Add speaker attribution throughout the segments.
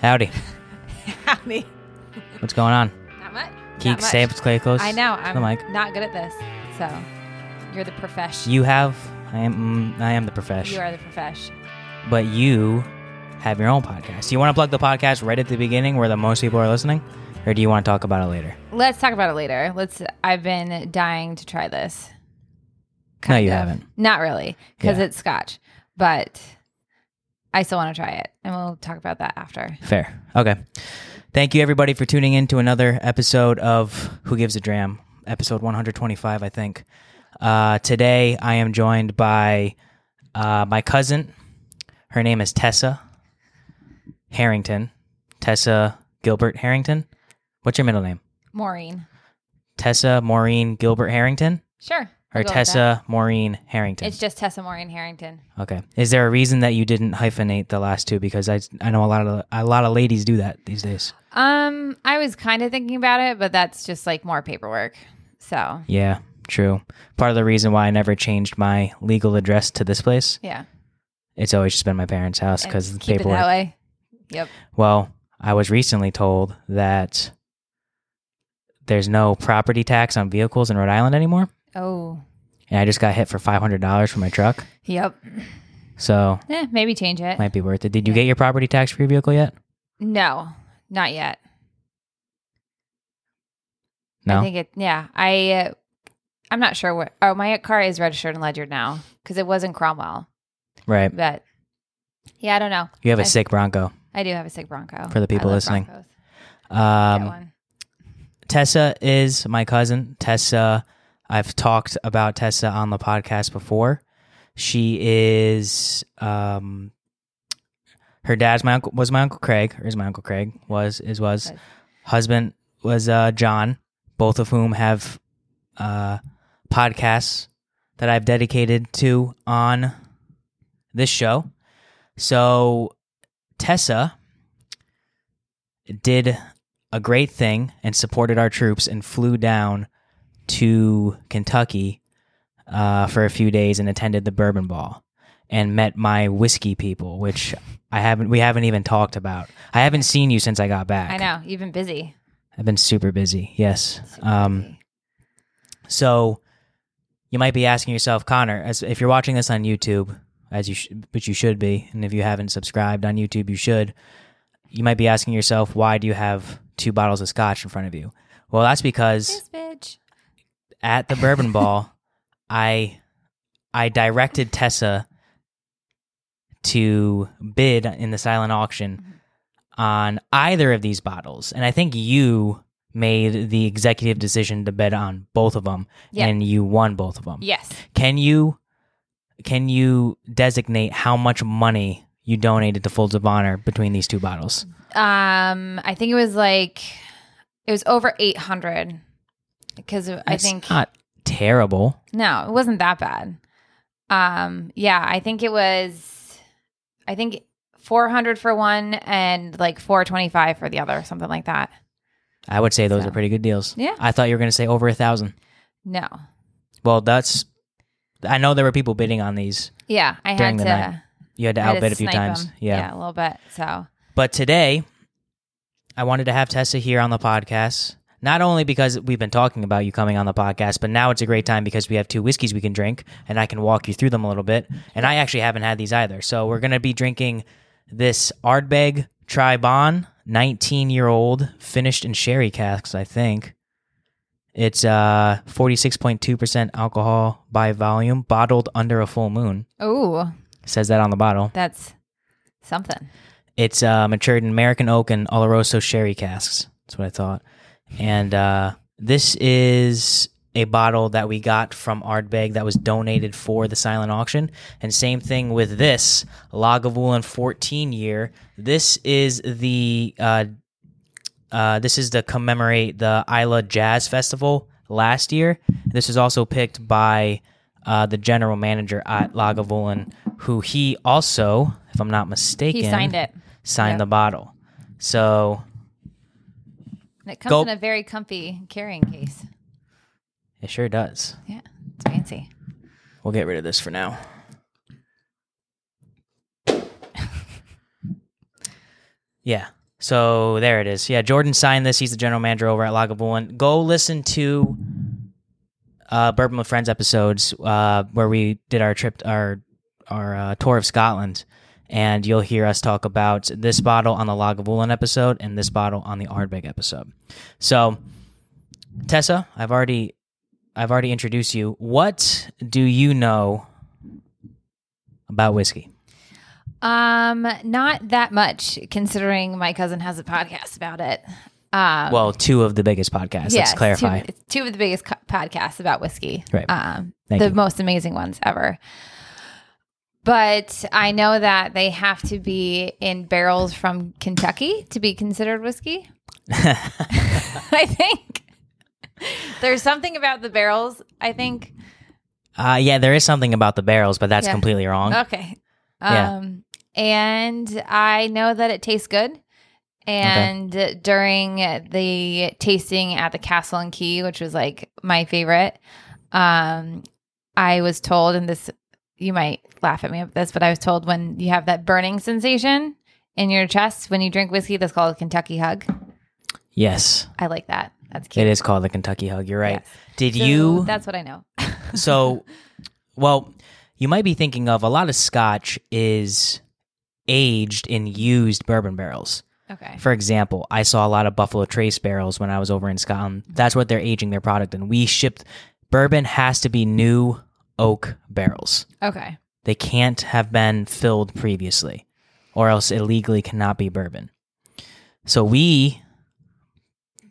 Speaker 1: Howdy.
Speaker 2: Howdy.
Speaker 1: What's going on?
Speaker 2: Not much.
Speaker 1: Keep
Speaker 2: Not much.
Speaker 1: stay stay close.
Speaker 2: I know.
Speaker 1: to
Speaker 2: I'm
Speaker 1: the mic.
Speaker 2: not good at this. So you're the profesh.
Speaker 1: You have. I am. mm, I am the profesh.
Speaker 2: You are the profesh.
Speaker 1: But you have your own podcast. Do you want to plug the podcast right at the beginning, where the most people are listening, or do you want to talk about it later?
Speaker 2: Let's talk about it later. Let's. I've been dying to try this.
Speaker 1: No, you
Speaker 2: of.
Speaker 1: haven't.
Speaker 2: Not really, because
Speaker 1: Yeah.
Speaker 2: it's scotch, but I still want to try it, and we'll talk about that after.
Speaker 1: Fair. Okay. Thank you everybody for tuning in to another episode of Who Gives a Dram, episode 125, I think. Uh, today I am joined by uh, my cousin. Her name is Tessa Harrington. Tessa Gilbert Harrington. What's your middle name?
Speaker 2: Maureen.
Speaker 1: Tessa Maureen Gilbert Harrington or
Speaker 2: Sure. we'll go with that.
Speaker 1: Tessa Maureen Harrington?
Speaker 2: It's just Tessa Maureen Harrington.
Speaker 1: okay. Is there a reason that you didn't hyphenate the last two? Because I I know a lot of a lot of ladies do that these days.
Speaker 2: Um, I was kind of thinking about it, but that's just like more paperwork. So
Speaker 1: Yeah, true. Part of the reason why I never changed my legal address to this place,
Speaker 2: yeah,
Speaker 1: it's always just been my parents' house
Speaker 2: And
Speaker 1: because the
Speaker 2: keep it that
Speaker 1: paperwork.
Speaker 2: way. Yep.
Speaker 1: Well, I was recently told that there's no property tax on vehicles in Rhode Island anymore,
Speaker 2: Oh,
Speaker 1: and I just got hit for five hundred dollars for my truck,
Speaker 2: yep.
Speaker 1: so
Speaker 2: Eh, maybe change it.
Speaker 1: might be worth it. Did you get your property tax for your vehicle yet?
Speaker 2: No, not yet. I
Speaker 1: No.
Speaker 2: think it. Yeah, I. Uh, I'm not sure what. Oh, my car is registered and ledgered now because it was in Cromwell.
Speaker 1: Right.
Speaker 2: But yeah, I don't know.
Speaker 1: You have a
Speaker 2: I-
Speaker 1: sick Bronco.
Speaker 2: I do have a sick Bronco.
Speaker 1: For the people
Speaker 2: I love
Speaker 1: listening.
Speaker 2: Broncos. Get
Speaker 1: Um,
Speaker 2: one.
Speaker 1: Tessa is my cousin. Tessa, I've talked about Tessa on the podcast before. She is um her dad's my uncle was my uncle Craig, or is my uncle Craig, was is was.
Speaker 2: Was.
Speaker 1: Husband was uh John, both of whom have uh podcasts that I've dedicated to on this show. So Tessa did a great thing and supported our troops and flew down to Kentucky uh, for a few days and attended the Bourbon Ball and met my whiskey people, which I haven't we haven't even talked about. I haven't seen you since I got back.
Speaker 2: I know you've been busy.
Speaker 1: I've been super busy. Yes.
Speaker 2: Super
Speaker 1: Um,
Speaker 2: busy.
Speaker 1: so you might be asking yourself, Connor, as if you're watching this on YouTube, as you sh- but you should be, and if you haven't subscribed on YouTube, you should. You might be asking yourself, why do you have two bottles of scotch in front of you? Well, that's because
Speaker 2: This bitch.
Speaker 1: at the Bourbon Ball, I I directed Tessa to bid in the silent auction
Speaker 2: Mm-hmm.
Speaker 1: on either of these bottles, and I think you made the executive decision to bid on both of them,
Speaker 2: Yeah.
Speaker 1: and you won both of them.
Speaker 2: Yes.
Speaker 1: Can you can you designate how much money you donated to Folds of Honor between these two bottles?
Speaker 2: Um, I think it was like it was over 800 because I
Speaker 1: It's
Speaker 2: think
Speaker 1: not terrible.
Speaker 2: No, it wasn't that bad. Um, yeah, I think it was I think 400 for one and like 425 for the other, something like that.
Speaker 1: I would say those
Speaker 2: So-
Speaker 1: are pretty good deals.
Speaker 2: Yeah.
Speaker 1: I thought you were going to say over a thousand.
Speaker 2: No.
Speaker 1: Well, that's. I know there were people bidding on these.
Speaker 2: Yeah, I
Speaker 1: During
Speaker 2: had
Speaker 1: the
Speaker 2: to
Speaker 1: night. You had to
Speaker 2: I had to
Speaker 1: outbid a few
Speaker 2: snipe
Speaker 1: times.
Speaker 2: 'em.
Speaker 1: Yeah.
Speaker 2: a little bit. So,
Speaker 1: But today, I wanted to have Tessa here on the podcast, not only because we've been talking about you coming on the podcast, but now it's a great time because we have two whiskeys we can drink and I can walk you through them a little bit. And I actually haven't had these either. So we're going to be drinking this Ardbeg Tribon 19 year old finished in sherry casks, I think. It's uh 46.2% alcohol by volume, bottled under a full moon.
Speaker 2: ooh,
Speaker 1: It says that on the bottle.
Speaker 2: that's something.
Speaker 1: It's uh, matured in American oak and Oloroso sherry casks. That's what I thought. And uh, this is a bottle that we got from Ardbeg that was donated for the silent auction. And same thing with this Lagavulin 14 year. This is the uh, uh, this is to commemorate the Isla Jazz Festival last year. This was also picked by uh, the general manager at Lagavulin, who he also, if I'm not mistaken,
Speaker 2: He signed it.
Speaker 1: signed
Speaker 2: Yep.
Speaker 1: the bottle. So
Speaker 2: And it comes
Speaker 1: Go-
Speaker 2: in a very comfy carrying case.
Speaker 1: it sure does.
Speaker 2: Yeah, it's fancy.
Speaker 1: We'll get rid of this for now. yeah. So there it is. Yeah, Jordan signed this. He's the general manager over at Lagavulin. Go listen to uh, Bourbon with Friends episodes uh, where we did our trip, our our uh, tour of Scotland, and you'll hear us talk about this bottle on the Lagavulin episode and this bottle on the Ardbeg episode. So, Tessa, I've already I've already introduced you. What do you know about whiskey?
Speaker 2: Um, not that much, considering my cousin has a podcast about it. Um,
Speaker 1: Well, two of the biggest podcasts.
Speaker 2: yeah, it's
Speaker 1: let's
Speaker 2: two-
Speaker 1: clarify.
Speaker 2: It's two, of the biggest co- podcasts about whiskey.
Speaker 1: Right.
Speaker 2: Um,
Speaker 1: Thank
Speaker 2: the
Speaker 1: you.
Speaker 2: most amazing ones ever. But I know that they have to be in barrels from Kentucky to be considered whiskey. I think there's something about the barrels. I think.
Speaker 1: Uh, yeah, there is something about the barrels, but that's
Speaker 2: Yeah.
Speaker 1: completely wrong.
Speaker 2: Okay.
Speaker 1: Yeah.
Speaker 2: Um, and I know that it tastes good. And during the tasting at the Castle and Key, which was like my favorite, um, I was told, and this, you might laugh at me at this, but I was told when you have that burning sensation in your chest when you drink whiskey, that's called a Kentucky hug.
Speaker 1: Yes,
Speaker 2: I like that. That's cute.
Speaker 1: it is called the Kentucky Hug. You're right.
Speaker 2: Yes.
Speaker 1: Did
Speaker 2: So
Speaker 1: you?
Speaker 2: That's what I know.
Speaker 1: so, well, you might be thinking of a lot of scotch is aged in used bourbon barrels.
Speaker 2: Okay.
Speaker 1: For example, I saw a lot of Buffalo Trace barrels when I was over in Scotland. That's what they're aging their product in. We shipped bourbon has to be new oak barrels.
Speaker 2: Okay.
Speaker 1: They can't have been filled previously, or else it legally cannot be bourbon. So we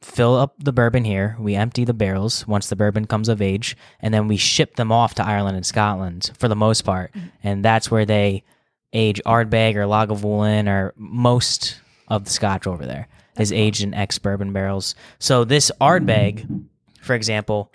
Speaker 1: fill up the bourbon here, we empty the barrels once the bourbon comes of age, and then we ship them off to Ireland and Scotland for the most part. And that's where they age Ardbeg or Lagavulin or most of the scotch over there is aged in ex bourbon barrels. So this Ardbeg, for example,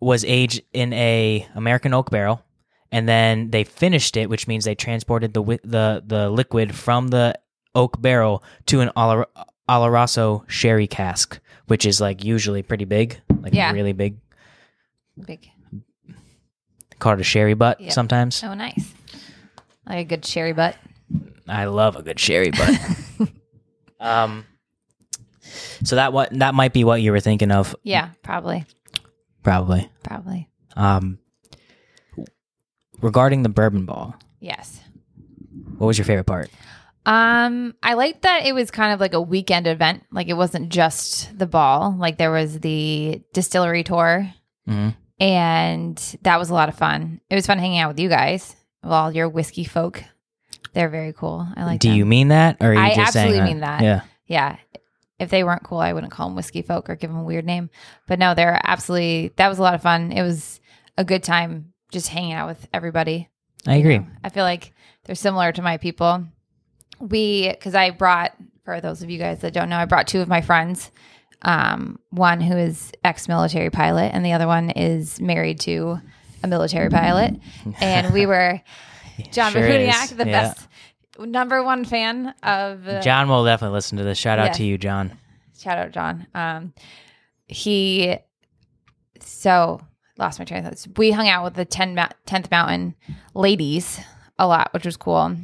Speaker 1: was aged in a American oak barrel and then they finished it, which means they transported the wi- the the liquid from the oak barrel to an Olor- Oloroso sherry cask, which is like usually pretty big, like
Speaker 2: Yeah.
Speaker 1: really big,
Speaker 2: Big.
Speaker 1: called a sherry butt.
Speaker 2: Yep.
Speaker 1: Sometimes
Speaker 2: Oh, nice. Like a good sherry butt.
Speaker 1: I love a good sherry butt. um, so that what that might be what you were thinking of,
Speaker 2: Yeah, probably.
Speaker 1: probably.
Speaker 2: Probably.
Speaker 1: Um, regarding the bourbon ball,
Speaker 2: Yes.
Speaker 1: what was your favorite part?
Speaker 2: Um, I liked that it was kind of like a weekend event. Like it wasn't just the ball. Like there was the distillery tour,
Speaker 1: Mm-hmm.
Speaker 2: and that was a lot of fun. It was fun hanging out with you guys, with all your whiskey folk. They're very cool. I like.
Speaker 1: Do
Speaker 2: them.
Speaker 1: you mean that, or are you
Speaker 2: I
Speaker 1: just saying
Speaker 2: absolutely
Speaker 1: that?
Speaker 2: mean that.
Speaker 1: Yeah.
Speaker 2: Yeah. If they weren't cool, I wouldn't call them whiskey folk or give them a weird name. But no, they're absolutely. That was a lot of fun. It was a good time just hanging out with everybody.
Speaker 1: I agree.
Speaker 2: I feel like they're similar to my people. We, because I brought, for those of you guys that don't know, I brought two of my friends. Um, one who is ex military pilot, and the other one is married to a military pilot. And we were John
Speaker 1: Sure
Speaker 2: sure
Speaker 1: is.
Speaker 2: the
Speaker 1: Yeah.
Speaker 2: best number one fan of uh,
Speaker 1: John will definitely listen to this. Shout out
Speaker 2: Yeah.
Speaker 1: to you, John.
Speaker 2: shout out John. Um, he so lost my train of thought. We hung out with the 10 mou- 10th Mountain ladies a lot, which was cool.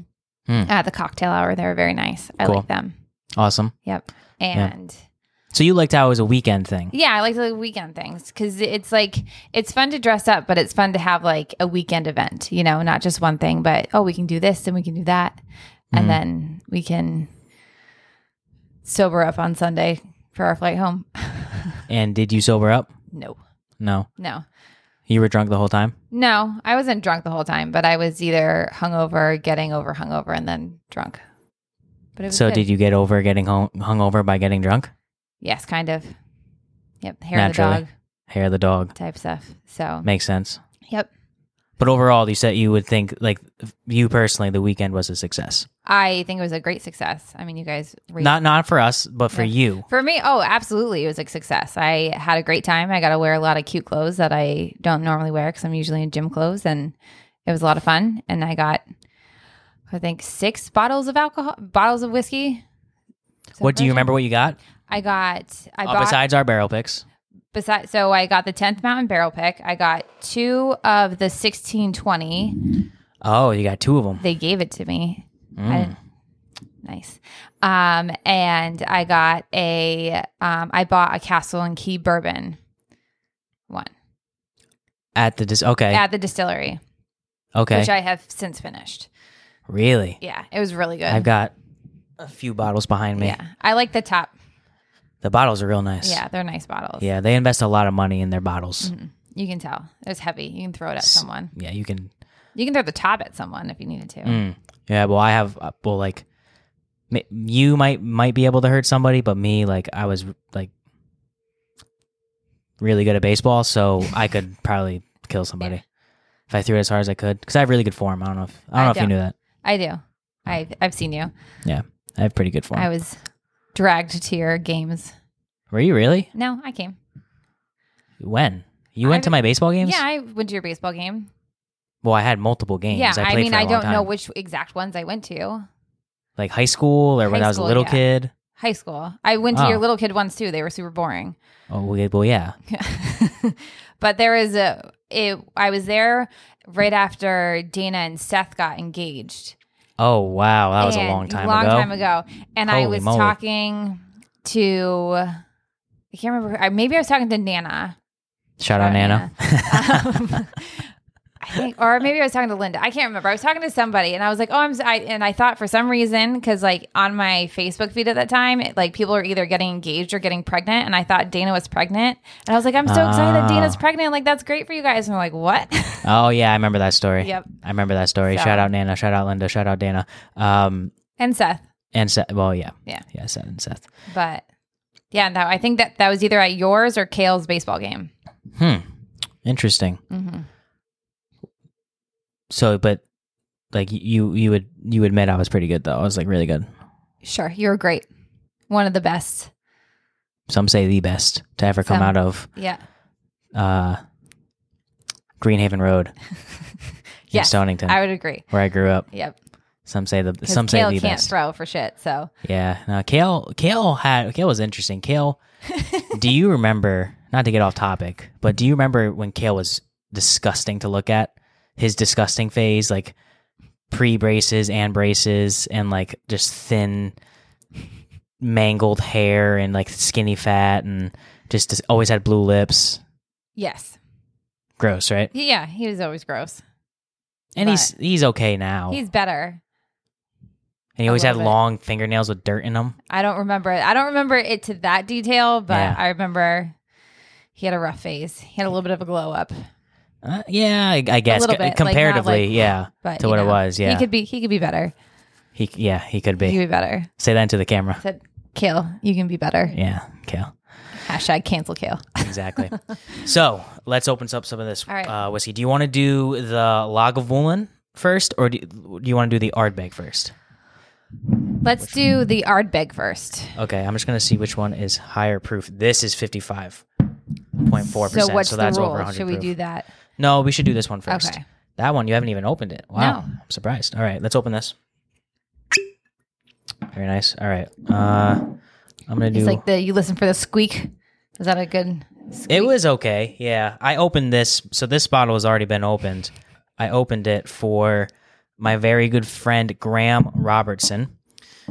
Speaker 1: Hmm.
Speaker 2: At the cocktail hour, they were very nice. I
Speaker 1: Cool.
Speaker 2: like them.
Speaker 1: Awesome.
Speaker 2: Yep. And
Speaker 1: So you liked how it was a weekend thing.
Speaker 2: yeah, I like the weekend things because it's like it's fun to dress up, but it's fun to have like a weekend event, you know, not just one thing, but oh, we can do this and we can do that,
Speaker 1: Mhm.
Speaker 2: and then we can sober up on Sunday for our flight home.
Speaker 1: And did you sober up?
Speaker 2: no,
Speaker 1: No.
Speaker 2: no,
Speaker 1: You were drunk the whole time?
Speaker 2: no. I wasn't drunk the whole time, but I was either hungover, getting over hungover, and then drunk. But it was
Speaker 1: So did you get over getting hung hungover by getting drunk?
Speaker 2: Yes, kind of. Yep, hair of
Speaker 1: Naturally.
Speaker 2: the dog
Speaker 1: Hair of the dog.
Speaker 2: type stuff. So
Speaker 1: Makes sense.
Speaker 2: yep,
Speaker 1: But overall, you said you would think, like, you personally, the weekend was a success.
Speaker 2: I think it was a great success. I mean, you guys rate-
Speaker 1: Not not for us, but for
Speaker 2: Yeah.
Speaker 1: you.
Speaker 2: For me, oh, absolutely. It was a success. I had a great time. I got to wear a lot of cute clothes that I don't normally wear because I'm usually in gym clothes. And it was a lot of fun. And I got, I think, six bottles of alcohol, bottles of whiskey. Is that
Speaker 1: What do you
Speaker 2: right?
Speaker 1: remember what you got?
Speaker 2: I got, I
Speaker 1: Uh,
Speaker 2: bought, besides-,
Speaker 1: besides our barrel picks.
Speaker 2: so I got the 10th Mountain Barrel Pick. I got two of the 1620.
Speaker 1: Oh, you got two of them.
Speaker 2: They gave it to me. I,
Speaker 1: Mm.
Speaker 2: didn't- Nice. Um, and I got a, um, I bought a Castle and Key bourbon one
Speaker 1: At the dis- okay,
Speaker 2: at the distillery,
Speaker 1: okay,
Speaker 2: which I have since finished.
Speaker 1: really.
Speaker 2: Yeah, it was really good.
Speaker 1: I've got a few bottles behind me.
Speaker 2: yeah, I like the top.
Speaker 1: The bottles are real nice.
Speaker 2: Yeah, they're nice bottles.
Speaker 1: yeah. They invest a lot of money in their bottles.
Speaker 2: Mhm. You can tell. It's heavy. You can throw it at
Speaker 1: S-
Speaker 2: someone.
Speaker 1: Yeah, you can.
Speaker 2: You can throw the top at someone if you needed to.
Speaker 1: Mm. Yeah, well, I have. uh, Well, like m- you might might be able to hurt somebody, but me, like I was like really good at baseball, so I could probably kill somebody if I threw it as hard as I could. Because I have really good form. I don't know if I don't
Speaker 2: I
Speaker 1: know if you
Speaker 2: don't.
Speaker 1: knew that.
Speaker 2: I do. I've, I've seen you.
Speaker 1: I have pretty good form.
Speaker 2: I was dragged to your games.
Speaker 1: Were you really?
Speaker 2: No, I came.
Speaker 1: When you went
Speaker 2: I've-
Speaker 1: to my baseball games?
Speaker 2: Yeah, I went to your baseball game.
Speaker 1: Well, I had multiple games.
Speaker 2: Yeah,
Speaker 1: I
Speaker 2: I,
Speaker 1: played
Speaker 2: mean,
Speaker 1: for a
Speaker 2: I
Speaker 1: long
Speaker 2: don't know
Speaker 1: time.
Speaker 2: which exact ones I went to.
Speaker 1: like high school or when
Speaker 2: High
Speaker 1: I was a
Speaker 2: school,
Speaker 1: little
Speaker 2: yeah.
Speaker 1: kid.
Speaker 2: High school. I went to
Speaker 1: Oh.
Speaker 2: your little kid ones too. They were super boring.
Speaker 1: Oh well, yeah, well, yeah.
Speaker 2: but there is a. It, I was there right after Dana and Seth got engaged.
Speaker 1: Oh wow, that was a
Speaker 2: And-
Speaker 1: long time
Speaker 2: long
Speaker 1: ago.
Speaker 2: time ago. And I
Speaker 1: Holy
Speaker 2: was
Speaker 1: moly.
Speaker 2: talking to, I can't remember. who- I- Maybe I was talking to Nana.
Speaker 1: Shout out
Speaker 2: Shout out
Speaker 1: Nana.
Speaker 2: Um, I think, or maybe I was talking to Linda. I can't remember. I was talking to somebody, and I was like, "Oh, I'm." s- I, and I thought for some reason, because like on my Facebook feed at that time, it, like people are either getting engaged or getting pregnant, and I thought Dana was pregnant, and I was like, "I'm so excited that
Speaker 1: Ah.
Speaker 2: Dana's pregnant! Like that's great for you guys." And they're like, "What?"
Speaker 1: oh yeah, I remember that story.
Speaker 2: yep.
Speaker 1: I remember that story.
Speaker 2: So-
Speaker 1: Shout out Nana. Shout out Linda. Shout out Dana. Um
Speaker 2: And Seth,
Speaker 1: and Seth. Well, yeah,
Speaker 2: Yeah.
Speaker 1: yeah. Seth and Seth.
Speaker 2: but yeah, no, I think that that was either at yours or Kale's baseball game.
Speaker 1: Hmm. Interesting.
Speaker 2: Mm-hmm.
Speaker 1: So, but like you, you would you admit I was pretty good though. I was like really good.
Speaker 2: Sure, you were great. One of the best.
Speaker 1: Some say the best to ever come
Speaker 2: Some.
Speaker 1: out of
Speaker 2: Yeah.
Speaker 1: uh Greenhaven Road in
Speaker 2: Yes.
Speaker 1: Stonington,
Speaker 2: I would agree.
Speaker 1: where I grew up.
Speaker 2: Yep.
Speaker 1: Some say the
Speaker 2: 'Cause
Speaker 1: some say
Speaker 2: Kale
Speaker 1: the
Speaker 2: can't
Speaker 1: best.
Speaker 2: throw for shit. So
Speaker 1: Yeah. No, Kale Kale had Kale was interesting. Kale do you remember not to get off topic, but do you remember when Kale was disgusting to look at? His disgusting phase, like pre braces and braces and like just thin mangled hair and like skinny fat and just, just always had blue lips.
Speaker 2: yes.
Speaker 1: Gross, right?
Speaker 2: Yeah, he was always gross.
Speaker 1: And he's he's okay now.
Speaker 2: He's better.
Speaker 1: and he always
Speaker 2: a
Speaker 1: had
Speaker 2: little bit.
Speaker 1: long fingernails with dirt in them.
Speaker 2: I don't remember. I don't remember it to that detail, but
Speaker 1: Yeah.
Speaker 2: I remember he had a rough phase. He had a little bit of a glow up,
Speaker 1: Uh, yeah, I, I guess
Speaker 2: little bit, like, not,
Speaker 1: comparatively,
Speaker 2: like-
Speaker 1: yeah,
Speaker 2: but
Speaker 1: to
Speaker 2: you
Speaker 1: what it
Speaker 2: know,
Speaker 1: was, yeah.
Speaker 2: he could be. He could be better.
Speaker 1: He yeah, he could
Speaker 2: He
Speaker 1: be.
Speaker 2: could be better.
Speaker 1: Say that into the camera.
Speaker 2: Said Kale, you can be better.
Speaker 1: Yeah, Kale.
Speaker 2: Hashtag cancel Kale.
Speaker 1: Exactly. so let's open up some of this
Speaker 2: All right.
Speaker 1: uh, whiskey. Do you want to do the Lagavulin first, or do you, do you want to do the Ardbeg first?
Speaker 2: Let's do the Ardbeg first.
Speaker 1: Okay, I'm just gonna see which one is higher proof. This is 55.4 percent.
Speaker 2: So what's
Speaker 1: so that's
Speaker 2: the
Speaker 1: over
Speaker 2: rule?
Speaker 1: 100
Speaker 2: Should we
Speaker 1: proof.
Speaker 2: do that?
Speaker 1: No, we should do this one first.
Speaker 2: Okay.
Speaker 1: That one you haven't even opened it. Wow,
Speaker 2: No.
Speaker 1: I'm surprised. All right, let's open this. Very nice. All right, uh, I'm gonna do.
Speaker 2: It's like the you listen for the squeak. Is that a good? Squeak?
Speaker 1: It was okay. Yeah. I opened this. So this bottle has already been opened. I opened it for my very good friend, Graham Robertson,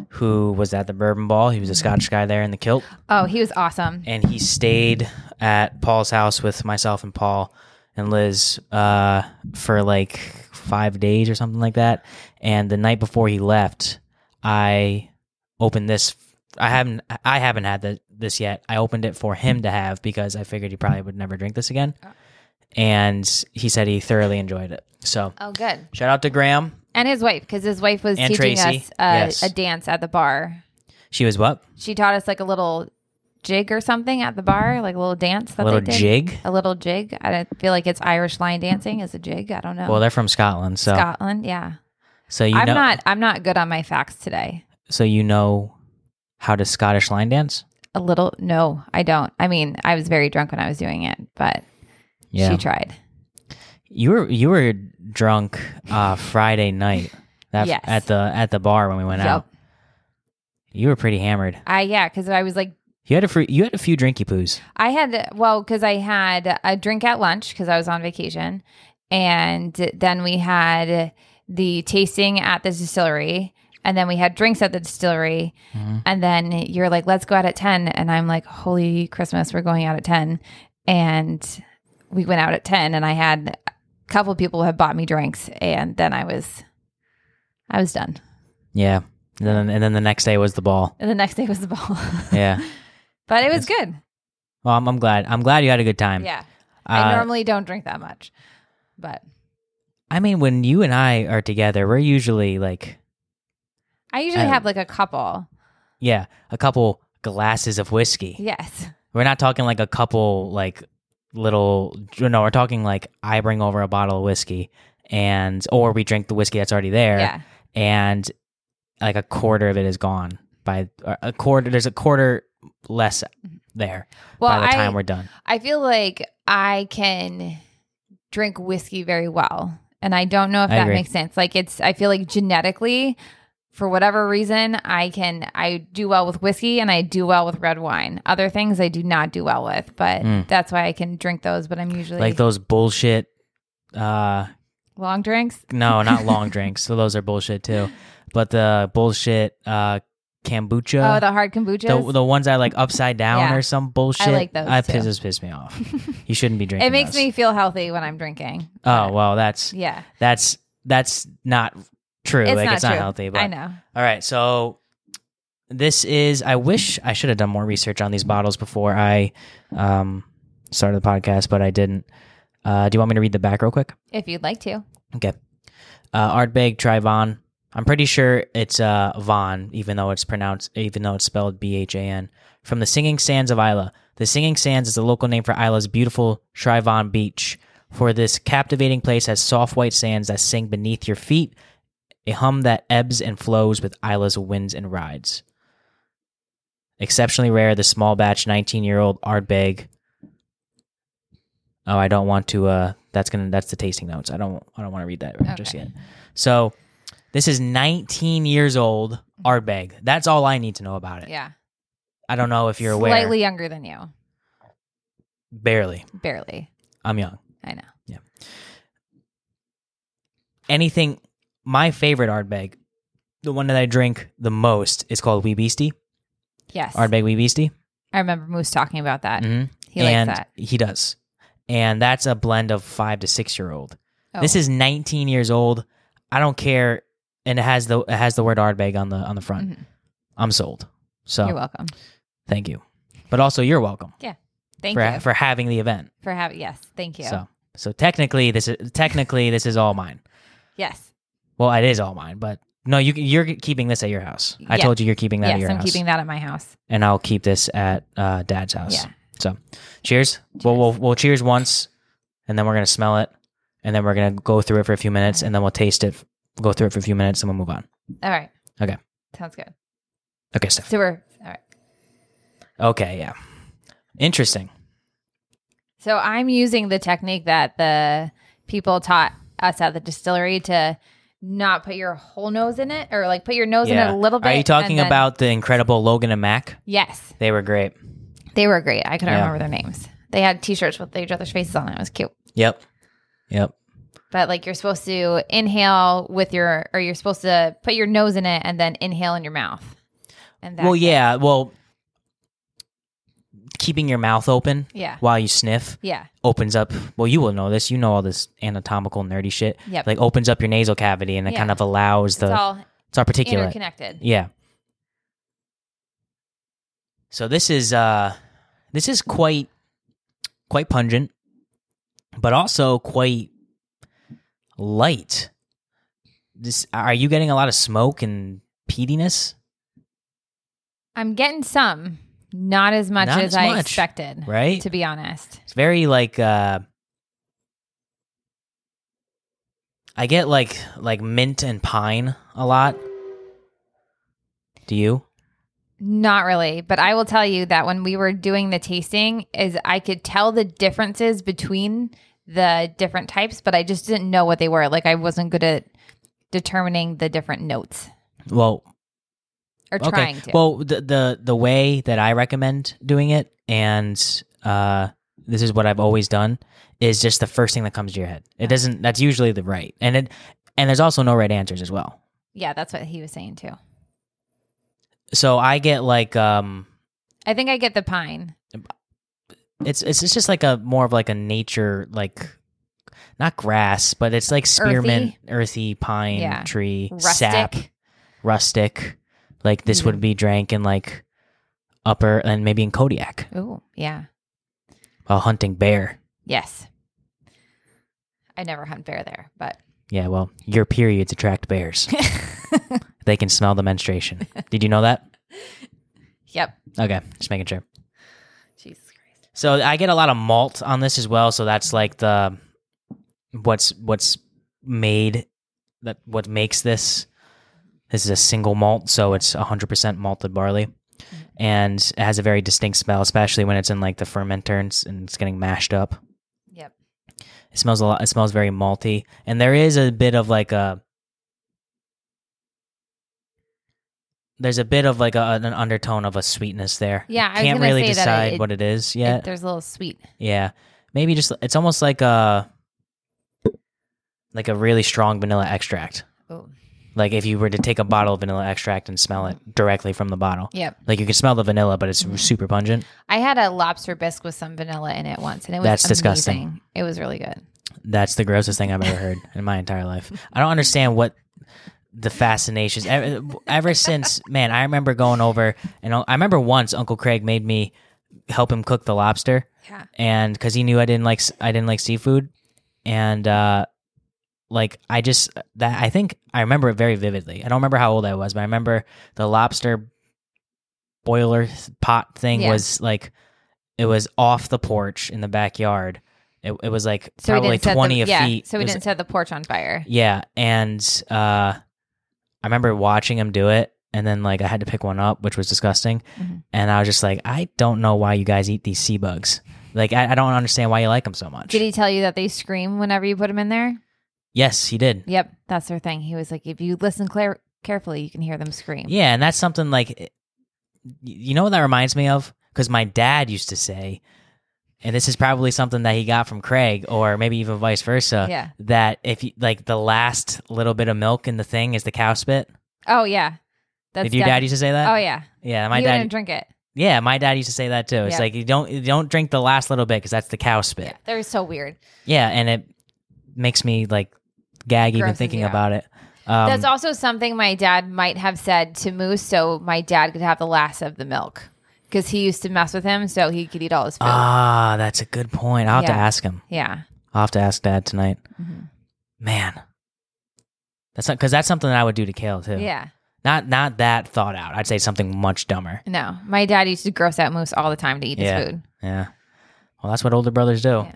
Speaker 1: who was at the Bourbon Ball. He was a Scotch guy there in the kilt.
Speaker 2: Oh, he was awesome.
Speaker 1: And he stayed at Paul's house with myself and Paul and Liz uh, for like five days or something like that. And the night before he left, I opened this. I haven't I haven't had the, this yet. I opened it for him to have because I figured he probably would never drink this again. And he said he thoroughly enjoyed it. So
Speaker 2: Oh, good.
Speaker 1: shout out to Graham.
Speaker 2: And his wife, because his wife was
Speaker 1: And
Speaker 2: teaching
Speaker 1: Tracy,
Speaker 2: us uh,
Speaker 1: yes.
Speaker 2: a dance at the bar.
Speaker 1: She was what?
Speaker 2: She taught us like a little jig or something at the bar, like a little dance. That
Speaker 1: A little
Speaker 2: they did.
Speaker 1: jig.
Speaker 2: A little jig. I don't feel like it's Irish line dancing is a jig. I don't know.
Speaker 1: Well, they're from Scotland, so
Speaker 2: Scotland, yeah.
Speaker 1: so you
Speaker 2: I'm
Speaker 1: know
Speaker 2: not. I'm not good on my facts today.
Speaker 1: so you know how to Scottish line dance.
Speaker 2: A little. No, I don't. I mean, I was very drunk when I was doing it, but
Speaker 1: Yeah,
Speaker 2: she tried.
Speaker 1: You were you were drunk uh, Friday night that,
Speaker 2: Yes.
Speaker 1: at the at the bar when we went
Speaker 2: Yep.
Speaker 1: out. You were pretty hammered.
Speaker 2: I yeah, because I was like
Speaker 1: You had a free, you had a few drinky poos.
Speaker 2: I had well because I had a drink at lunch because I was on vacation, and then we had the tasting at the distillery, And then we had drinks at the distillery.
Speaker 1: Mhm.
Speaker 2: And then you're like, let's go out at 10. And I'm like, holy Christmas, we're going out at 10. And we went out at 10 and I had a couple people had bought me drinks and then I was I was done.
Speaker 1: Yeah. And then, and then the next day was the ball.
Speaker 2: And the next day was the ball.
Speaker 1: Yeah.
Speaker 2: but it was good.
Speaker 1: Well, I'm, I'm glad. I'm glad you had a good time.
Speaker 2: Yeah. I
Speaker 1: Uh,
Speaker 2: normally don't drink that much. But
Speaker 1: I mean, when you and I are together, we're usually like,
Speaker 2: I usually
Speaker 1: I-
Speaker 2: have like a couple.
Speaker 1: yeah, a couple glasses of whiskey.
Speaker 2: Yes.
Speaker 1: We're not talking like a couple like little no, we're talking like I bring over a bottle of whiskey and or we drink the whiskey that's already there
Speaker 2: Yeah.
Speaker 1: and like a quarter of it is gone by or a quarter there's a quarter less there
Speaker 2: Well,
Speaker 1: by the
Speaker 2: I,
Speaker 1: time we're done.
Speaker 2: I feel like I can drink whiskey very well. And I don't know if
Speaker 1: I
Speaker 2: that
Speaker 1: agree.
Speaker 2: makes sense. Like it's I feel like genetically for whatever reason I can I do well with whiskey and I do well with red wine. Other things I do not do well with, but
Speaker 1: Mm.
Speaker 2: that's why I can drink those, but I'm usually
Speaker 1: Like those bullshit uh
Speaker 2: long drinks.
Speaker 1: no, not long drinks. So those are bullshit too. But the bullshit uh kombucha
Speaker 2: oh, the hard kombucha.
Speaker 1: the, the ones that are like upside down
Speaker 2: Yeah.
Speaker 1: or some bullshit.
Speaker 2: like those
Speaker 1: That
Speaker 2: too.
Speaker 1: pisses piss me off. you shouldn't be drinking.
Speaker 2: it makes
Speaker 1: those.
Speaker 2: me feel healthy when I'm drinking.
Speaker 1: Oh well, that's
Speaker 2: Yeah.
Speaker 1: that's that's not true.
Speaker 2: It's
Speaker 1: like
Speaker 2: not
Speaker 1: it's not
Speaker 2: true.
Speaker 1: healthy. But
Speaker 2: I know.
Speaker 1: all right, so this is. I wish I should have done more research on these bottles before I um, started the podcast, but I didn't. Uh, do you want me to read the back real quick?
Speaker 2: If you'd like to.
Speaker 1: Okay. Uh, Ardbeg Trivon. I'm pretty sure it's uh, Von, even though it's pronounced, even though it's spelled B H A N. From the Singing Sands of Isla. The Singing Sands is the local name for Isla's beautiful Trivon Beach. For this captivating place has soft white sands that sing beneath your feet, a hum that ebbs and flows with Isla's winds and rides. Exceptionally rare, the small batch 19 year old Ardbeg Oh, I don't want to. Uh, that's gonna. That's the tasting notes. I don't. I don't want to read that just
Speaker 2: Okay.
Speaker 1: yet. So, this is 19 years old Ardbeg. That's all I need to know about it.
Speaker 2: Yeah.
Speaker 1: I don't know if you're aware.
Speaker 2: Slightly younger than you.
Speaker 1: barely.
Speaker 2: Barely.
Speaker 1: I'm young.
Speaker 2: I know.
Speaker 1: Anything. My favorite Ardbeg, the one that I drink the most, is called Wee Beastie.
Speaker 2: Yes.
Speaker 1: Ardbeg Wee Beastie.
Speaker 2: I remember Moose talking about that.
Speaker 1: Mm-hmm.
Speaker 2: He
Speaker 1: and
Speaker 2: likes that.
Speaker 1: He does. And that's a blend of five to six year old.
Speaker 2: Oh.
Speaker 1: This is 19 years old. I don't care, and it has the it has the word Ardbeg on the on the front.
Speaker 2: Mhm.
Speaker 1: I'm sold.
Speaker 2: You're
Speaker 1: So
Speaker 2: welcome.
Speaker 1: thank you, but also you're welcome
Speaker 2: Thank
Speaker 1: for
Speaker 2: you for,
Speaker 1: for having the event.
Speaker 2: having. Yes, thank you.
Speaker 1: So so technically this is technically this is all mine.
Speaker 2: yes,
Speaker 1: Well, it is all mine, but no, you you're keeping this at your house. I
Speaker 2: Yeah.
Speaker 1: told you you're keeping that
Speaker 2: yes,
Speaker 1: at your
Speaker 2: I'm
Speaker 1: house,
Speaker 2: keeping that at my house.
Speaker 1: and I'll keep this at uh, Dad's house.
Speaker 2: Yeah.
Speaker 1: So cheers. Well, we'll we'll cheers once, and then we're gonna smell it, and then we're gonna go through it for a few minutes, and then we'll taste it, go through it for a few minutes, and we'll move on.
Speaker 2: All right.
Speaker 1: Okay.
Speaker 2: Sounds good.
Speaker 1: Okay, Steph.
Speaker 2: So we're all right.
Speaker 1: Okay, yeah. Interesting.
Speaker 2: So I'm using the technique that the people taught us at the distillery to not put your whole nose in it, or like put your nose in
Speaker 1: yeah.
Speaker 2: it a little bit.
Speaker 1: Are you
Speaker 2: and
Speaker 1: talking
Speaker 2: then-
Speaker 1: about the incredible Logan and Mac?
Speaker 2: Yes,
Speaker 1: They were great.
Speaker 2: they were great. I couldn't
Speaker 1: Yeah.
Speaker 2: remember their names. They had T-shirts with each other's faces on it. It was cute.
Speaker 1: Yep. Yep.
Speaker 2: but like you're supposed to inhale with your or you're supposed to put your nose in it and then inhale in your mouth and that
Speaker 1: well, yeah. Well, keeping your mouth open
Speaker 2: yeah
Speaker 1: while you sniff
Speaker 2: yeah
Speaker 1: opens up. Well, you will know this. You know all this anatomical nerdy shit.
Speaker 2: Yep.
Speaker 1: Like opens up your nasal cavity and it
Speaker 2: Yeah.
Speaker 1: kind of allows the
Speaker 2: it's
Speaker 1: it's,
Speaker 2: all
Speaker 1: our particulate.
Speaker 2: interconnected
Speaker 1: Yeah. So this is uh this is quite quite pungent, but also quite light. This are you getting a lot of smoke and peatiness?
Speaker 2: i'm getting some not as much
Speaker 1: Not
Speaker 2: as,
Speaker 1: as
Speaker 2: i
Speaker 1: much,
Speaker 2: expected
Speaker 1: right?
Speaker 2: to be honest
Speaker 1: It's very like uh I get like like mint and pine a lot. Do you?
Speaker 2: not really but i will tell you that when we were doing the tasting is i could tell the differences between the different types but i just didn't know what they were like i wasn't good at determining the different notes
Speaker 1: Well,
Speaker 2: or trying to
Speaker 1: Well, the, the the way that I recommend doing it, and uh, this is what I've always done, is just the first thing that comes to your head. It doesn't. That's usually the right, and it and there's also no right answers as well.
Speaker 2: Yeah, that's what he was saying too.
Speaker 1: So I get like um
Speaker 2: I think I get the pine.
Speaker 1: it's it's it's just like a more of like a nature like not grass, but it's like spearmint, earthy, pine
Speaker 2: Yeah.
Speaker 1: tree,
Speaker 2: Rustic. Mm-hmm.
Speaker 1: sap, rustic. Like this would be drank in like upper and maybe in Kodiak
Speaker 2: Oh, yeah.
Speaker 1: while hunting bear.
Speaker 2: Yes. I never hunt bear there, but
Speaker 1: Yeah, well, your periods attract bears. they can smell the menstruation. Did you know that?
Speaker 2: yep.
Speaker 1: Okay, just making sure.
Speaker 2: Jesus Christ.
Speaker 1: So I get a lot of malt on this as well. So that's like the what's what's made that what makes this. This is a single malt, so it's 100% malted barley,
Speaker 2: Mm-hmm.
Speaker 1: and it has a very distinct smell, especially when it's in like the fermenter and it's, and it's getting mashed up.
Speaker 2: Yep.
Speaker 1: It smells a lot. It smells very malty, and there is a bit of like a there's a bit of like a, an undertone of a sweetness there.
Speaker 2: Yeah, I was
Speaker 1: can't
Speaker 2: gonna
Speaker 1: really
Speaker 2: say that
Speaker 1: decide
Speaker 2: it-
Speaker 1: what it is yet.
Speaker 2: It- there's a little sweet.
Speaker 1: Yeah. Maybe just it's almost like a like a really strong vanilla extract.
Speaker 2: Oh,
Speaker 1: Like if you were to take a bottle of vanilla extract and smell it directly from the bottle.
Speaker 2: yep.
Speaker 1: Like you can smell the vanilla, but it's super pungent.
Speaker 2: I had a lobster bisque with some vanilla in it once, and it was
Speaker 1: That's
Speaker 2: amazing.
Speaker 1: disgusting.
Speaker 2: It was really good.
Speaker 1: That's the grossest thing I've ever heard in my entire life. I don't understand what the fascinations ever, ever since man i remember going over and i remember once uncle craig made me help him cook the lobster
Speaker 2: Yeah.
Speaker 1: and because he knew I didn't like s- I didn't like seafood, and uh, like I just that I think I remember it very vividly. I don't remember how old I was, but I remember the lobster boiler th- pot thing
Speaker 2: Yeah.
Speaker 1: was like it was off the porch in the backyard. It, it was like
Speaker 2: So we
Speaker 1: probably
Speaker 2: didn't set
Speaker 1: twenty
Speaker 2: the,
Speaker 1: a
Speaker 2: yeah,
Speaker 1: feet.
Speaker 2: So we
Speaker 1: It was-
Speaker 2: didn't set the porch on fire.
Speaker 1: yeah, and uh, I remember watching him do it, and then like I had to pick one up, which was disgusting,
Speaker 2: Mhm.
Speaker 1: and I was just like, I don't know why you guys eat these sea bugs. Like I, I don't understand why you like them so much.
Speaker 2: Did he tell you that they scream whenever you put them in there?
Speaker 1: yes, he did. Yeah.
Speaker 2: Yep, that's their thing. He was like, if you listen clear- carefully, you can hear them scream.
Speaker 1: and that's something like, eh, y- you know what that reminds me of? Because my dad used to say, and this is probably something that he got from Craig, or maybe even vice versa.
Speaker 2: Yeah.
Speaker 1: That if you like the last little bit of milk in the thing is the cow spit.
Speaker 2: Oh yeah, that's
Speaker 1: Did your
Speaker 2: defi-
Speaker 1: dad used to say that?
Speaker 2: Oh yeah,
Speaker 1: Yeah, my
Speaker 2: you
Speaker 1: dad.
Speaker 2: wouldn't drink it.
Speaker 1: Yeah, my dad used to say that too. It's
Speaker 2: Yeah.
Speaker 1: like you don't you don't drink the last little bit because that's the cow spit.
Speaker 2: Yeah,
Speaker 1: Yeah.
Speaker 2: they're so weird.
Speaker 1: and it makes me like gag even
Speaker 2: Grosses
Speaker 1: thinking
Speaker 2: you out.
Speaker 1: about it. Um,
Speaker 2: that's also something my dad might have said to Moose, so my dad could have the last of the milk because he used to mess with him, so he could eat all his food.
Speaker 1: ah, that's a good point. I'll have to
Speaker 2: Yeah.
Speaker 1: ask him.
Speaker 2: yeah,
Speaker 1: I'll have to ask Dad tonight.
Speaker 2: Mhm.
Speaker 1: Man, that's because that's something that I would do to Kale too.
Speaker 2: yeah.
Speaker 1: not not that thought out. I'd say something much dumber.
Speaker 2: No, my dad used to gross out Moose all the time to eat
Speaker 1: Yeah.
Speaker 2: his food.
Speaker 1: Yeah. Well, that's what older brothers do. Yeah.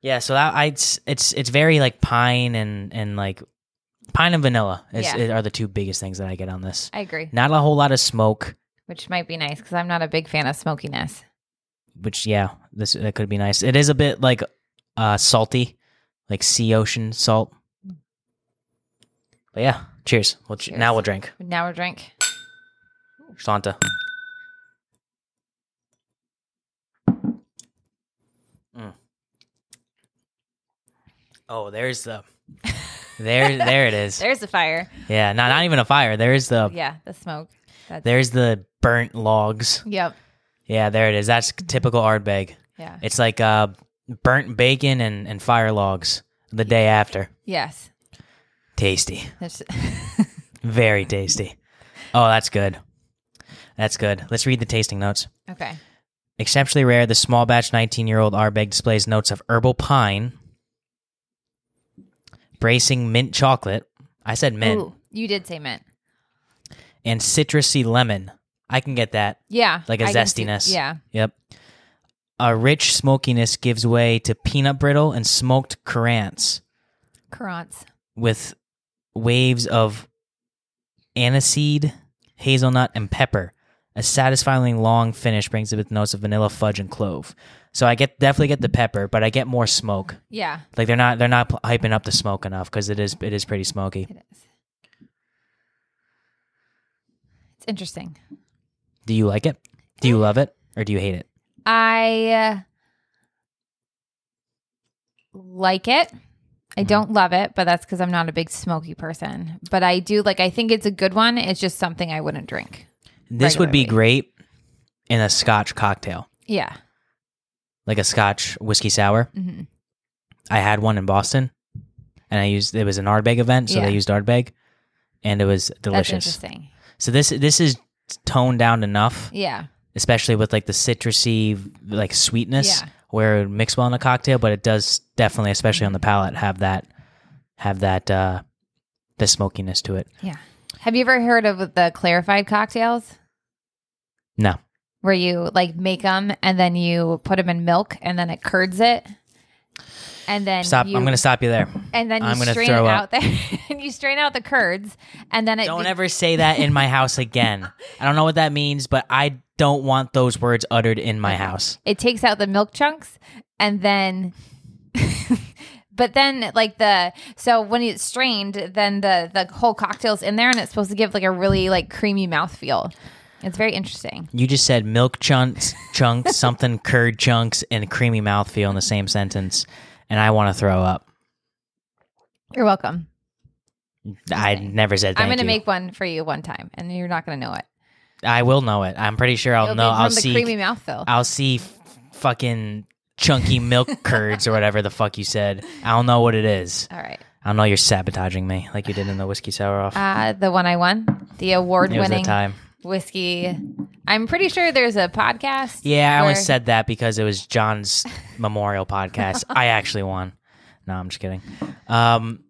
Speaker 2: Yeah.
Speaker 1: so that I it's it's it's very like pine and and like pine and vanilla is,
Speaker 2: Yeah.
Speaker 1: is- are the two biggest things that I get on this.
Speaker 2: I agree,
Speaker 1: Not a whole lot of smoke,
Speaker 2: which might be nice because I'm not a big fan of smokiness.
Speaker 1: which yeah, this that could be nice. It is a bit like uh salty, like sea ocean salt. But yeah, cheers. Well, ch-
Speaker 2: Cheers.
Speaker 1: now we'll drink.
Speaker 2: Now we're drink.
Speaker 1: Shanta. Mm. Oh, there's the there there it is.
Speaker 2: There's the fire.
Speaker 1: Yeah, not not even a fire. There is the
Speaker 2: Yeah, the smoke. That's,
Speaker 1: there's the burnt logs.
Speaker 2: Yep.
Speaker 1: Yeah, there it is. That's typical Ardbeg.
Speaker 2: Yeah.
Speaker 1: It's like uh burnt bacon and, and fire logs the day after.
Speaker 2: Yes.
Speaker 1: Tasty.
Speaker 2: That's-
Speaker 1: Very tasty. Oh, that's good. That's good. Let's read the tasting notes.
Speaker 2: okay.
Speaker 1: Exceptionally rare, the small batch 19 year old Arbeg displays notes of herbal pine, bracing mint chocolate. I said mint,
Speaker 2: Ooh, you did say mint.
Speaker 1: and citrusy lemon. I can get that.
Speaker 2: Yeah.
Speaker 1: Like a
Speaker 2: I can see-
Speaker 1: zestiness.
Speaker 2: yeah.
Speaker 1: Yep. A rich smokiness gives way to peanut brittle and smoked currants
Speaker 2: Currants.
Speaker 1: with waves of aniseed, hazelnut, and pepper. A satisfyingly long finish brings it with notes of vanilla, fudge, and clove. So I get definitely get the pepper, but I get more smoke.
Speaker 2: Yeah.
Speaker 1: Like they're not they're not pl- hyping up the smoke enough because it is it is pretty smoky.
Speaker 2: It is. It's interesting.
Speaker 1: Do you like it? Do you love it or do you hate it?
Speaker 2: I uh, like it. I don't love it, but that's because I'm not a big smoky person. But I do like. I think it's a good one. It's just something I wouldn't drink.
Speaker 1: This would be
Speaker 2: Regularly.
Speaker 1: great in a Scotch cocktail,
Speaker 2: Yeah.
Speaker 1: like a Scotch whiskey sour.
Speaker 2: hmm
Speaker 1: I had one in Boston, and I used it was an Ardbeg event, so
Speaker 2: Yeah.
Speaker 1: they used Ardbeg, and it was
Speaker 2: That's
Speaker 1: delicious.
Speaker 2: interesting.
Speaker 1: So this this is toned down enough,
Speaker 2: Yeah.
Speaker 1: especially with like the citrusy like sweetness
Speaker 2: Yeah.
Speaker 1: where it would mix well in a cocktail, but it does definitely, especially on the palate, have that have that uh the smokiness to it.
Speaker 2: Yeah. Have you ever heard of the clarified cocktails
Speaker 1: No.
Speaker 2: where you like make them and then you put them in milk and then it curds it? And then
Speaker 1: Stop
Speaker 2: you-
Speaker 1: I'm gonna stop you there.
Speaker 2: and then you
Speaker 1: I'm gonna
Speaker 2: strain
Speaker 1: throw
Speaker 2: it
Speaker 1: up.
Speaker 2: out there and you strain out the curds and then it
Speaker 1: Don't
Speaker 2: be-
Speaker 1: ever say that in my house again. I don't know what that means, but I don't want those words uttered in my house.
Speaker 2: it takes out the milk chunks and then but then like the so when it's strained then the the whole cocktail's in there and it's supposed to give like a really like creamy mouthfeel it's very interesting
Speaker 1: You just said milk chunks, chunks, something curd chunks, and creamy mouthfeel in the same sentence, and I want to throw up.
Speaker 2: you're welcome
Speaker 1: I never said. Thank
Speaker 2: i'm gonna
Speaker 1: you.
Speaker 2: make one for you one time and you're not gonna know it
Speaker 1: I will know it. I'm pretty sure I'll
Speaker 2: It'll
Speaker 1: know.
Speaker 2: be from
Speaker 1: I'll
Speaker 2: the
Speaker 1: see.
Speaker 2: creamy mouthfeel
Speaker 1: I'll see. F- fucking chunky milk curds or whatever the fuck you said. I don't know what it is.
Speaker 2: all right
Speaker 1: I know you're sabotaging me like you did in the whiskey sour off.
Speaker 2: uh the one i won the award
Speaker 1: it was that
Speaker 2: winning
Speaker 1: time.
Speaker 2: whiskey i'm pretty sure there's a podcast
Speaker 1: Yeah, I
Speaker 2: where-
Speaker 1: always said that because it was John's memorial podcast. I actually won. No, I'm just kidding. Um,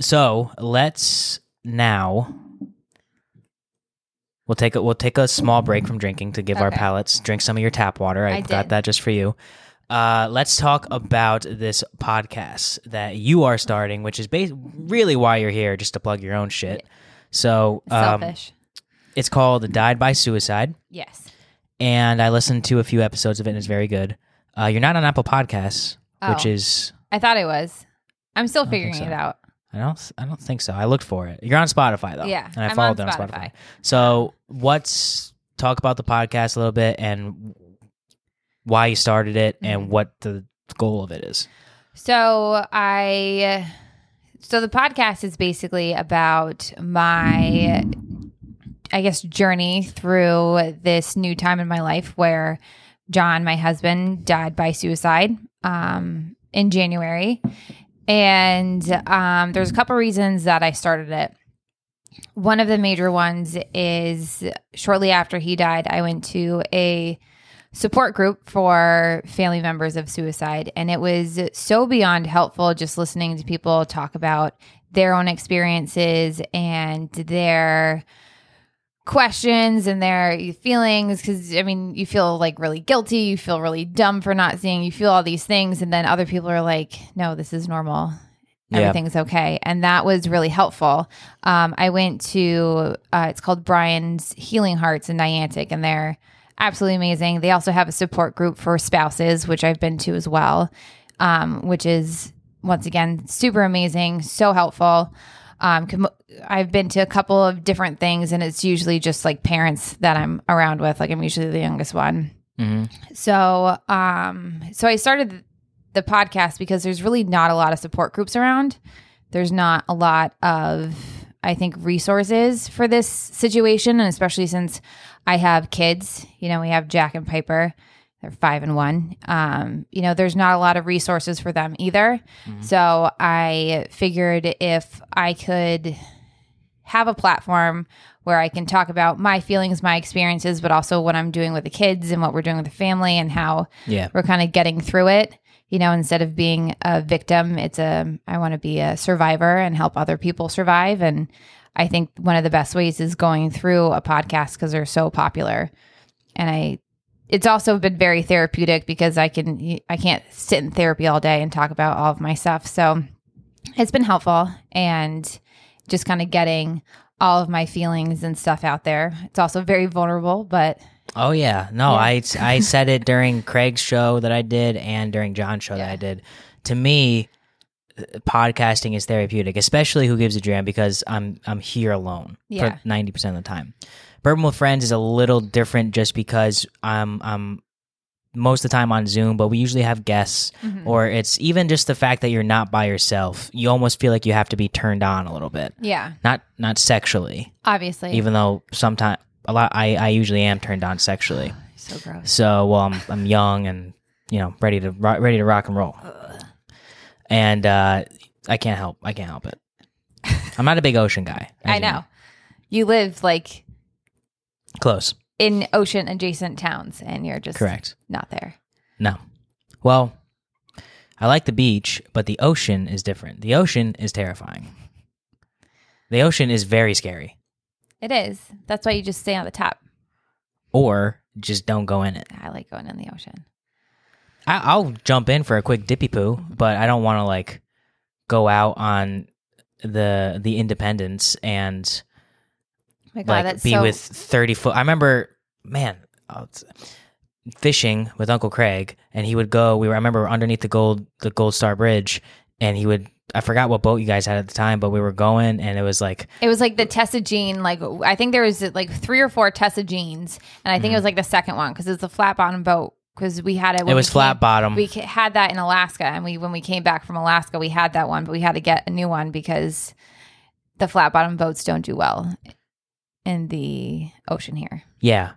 Speaker 1: so let's now we'll take a we'll take a small break from drinking to give our
Speaker 2: Okay.
Speaker 1: palates drink some of your tap water. I,
Speaker 2: I
Speaker 1: got
Speaker 2: did.
Speaker 1: that just for you. Uh, let's talk about this podcast that you are starting, which is bas- really why you're here, just to plug your own shit. So um,
Speaker 2: selfish
Speaker 1: it's called "Died by Suicide."
Speaker 2: yes
Speaker 1: and I listened to a few episodes of it, and it's very good. Uh, you're not on Apple Podcasts,
Speaker 2: Oh.
Speaker 1: which is
Speaker 2: I thought I was. I'm still
Speaker 1: don't think
Speaker 2: figuring
Speaker 1: so.
Speaker 2: it out.
Speaker 1: I don't I don't think so. I looked for it. You're on Spotify though,
Speaker 2: Yeah,
Speaker 1: and I
Speaker 2: I'm
Speaker 1: followed
Speaker 2: on
Speaker 1: it on Spotify.
Speaker 2: Spotify.
Speaker 1: So what's talk about the podcast a little bit and why you started it
Speaker 2: Mm-hmm.
Speaker 1: and what the goal of it is.
Speaker 2: So I so the podcast is basically about my I guess journey through this new time in my life where John, my husband, died by suicide um in January. And um there's a couple reasons that I started it. One of the major ones is shortly after he died, I went to a support group for family members of suicide. And it was so beyond helpful just listening to people talk about their own experiences and their questions and their feelings because i mean you feel like really guilty you feel really dumb for not seeing you feel all these things and then other people are like no this is normal
Speaker 1: Yeah.
Speaker 2: everything's okay and that was really helpful um, i went to uh, it's called brian's healing hearts in niantic and they're absolutely amazing they also have a support group for spouses which i've been to as well um, which is once again super amazing so helpful um, com- I've been to a couple of different things, and it's usually just like parents that I'm around with. Like I'm usually the youngest one.
Speaker 1: Mm-hmm.
Speaker 2: So, um, so I started the podcast because there's really not a lot of support groups around. There's not a lot of, I think, resources for this situation, and especially since I have kids. You know, we have Jack and Piper. They're five and one. Um, you know, there's not a lot of resources for them either. So I figured if I could have a platform where I can talk about my feelings, my experiences, but also what I'm doing with the kids and what we're doing with the family and how
Speaker 1: Yeah.
Speaker 2: we're kind of getting through it. You know, instead of being a victim, it's a, I want to be a survivor and help other people survive. And I think one of the best ways is going through a podcast because they're so popular. And I, it's also been very therapeutic because I can, I can't sit in therapy all day and talk about all of my stuff. So it's been helpful and just kind of getting all of my feelings and stuff out there. It's also very vulnerable, but
Speaker 1: Oh yeah. No, I I said it during Craig's show that I did and during John's show that
Speaker 2: Yeah.
Speaker 1: I did. To me, podcasting is therapeutic, especially who gives a damn because I'm I'm here alone
Speaker 2: Yeah.
Speaker 1: for ninety percent of the time. Bourbon with friends is a little different just because I'm I'm most of the time on Zoom, but we usually have guests,
Speaker 2: Mm-hmm.
Speaker 1: or it's even just the fact that you're not by yourself. You almost feel like you have to be turned on a little bit,
Speaker 2: Yeah,
Speaker 1: not not sexually,
Speaker 2: obviously.
Speaker 1: even though sometimes a lot I I usually am turned on sexually.
Speaker 2: so gross.
Speaker 1: So well, I'm I'm young and you know ready to ro- ready to rock and roll, and uh, I can't help I can't help it. I'm not a big ocean guy. as
Speaker 2: I
Speaker 1: you
Speaker 2: know. You live like
Speaker 1: Close.
Speaker 2: in ocean adjacent towns, and you're just
Speaker 1: Correct.
Speaker 2: not there.
Speaker 1: No. Well, I like the beach, but the ocean is different. The ocean is terrifying. The ocean is very scary.
Speaker 2: It is. That's why you just stay on the top.
Speaker 1: Or just don't go in it.
Speaker 2: I like going in the ocean. Oh
Speaker 1: I, I'll jump in for a quick dippy poo, but I don't want to like go out on the the Independence and
Speaker 2: Oh my God,
Speaker 1: like
Speaker 2: that's
Speaker 1: be
Speaker 2: so.
Speaker 1: with 30 foot i remember man I'll t- fishing with uncle craig and he would go we were i remember underneath the gold the gold star bridge and he would i forgot what boat you guys had at the time but we were going and it was like
Speaker 2: it was like the Tessa Jean. Like I think there was like three or four Tessa Jeans, and I think it was like the second one because it was a flat bottom boat. Because we had it. when
Speaker 1: Mm-hmm. it
Speaker 2: we
Speaker 1: was flat
Speaker 2: came-
Speaker 1: bottom
Speaker 2: We ca- had that in Alaska, and we when we came back from Alaska, we had that one, but we had to get a new one because the flat bottom boats don't do well in the ocean here.
Speaker 1: yeah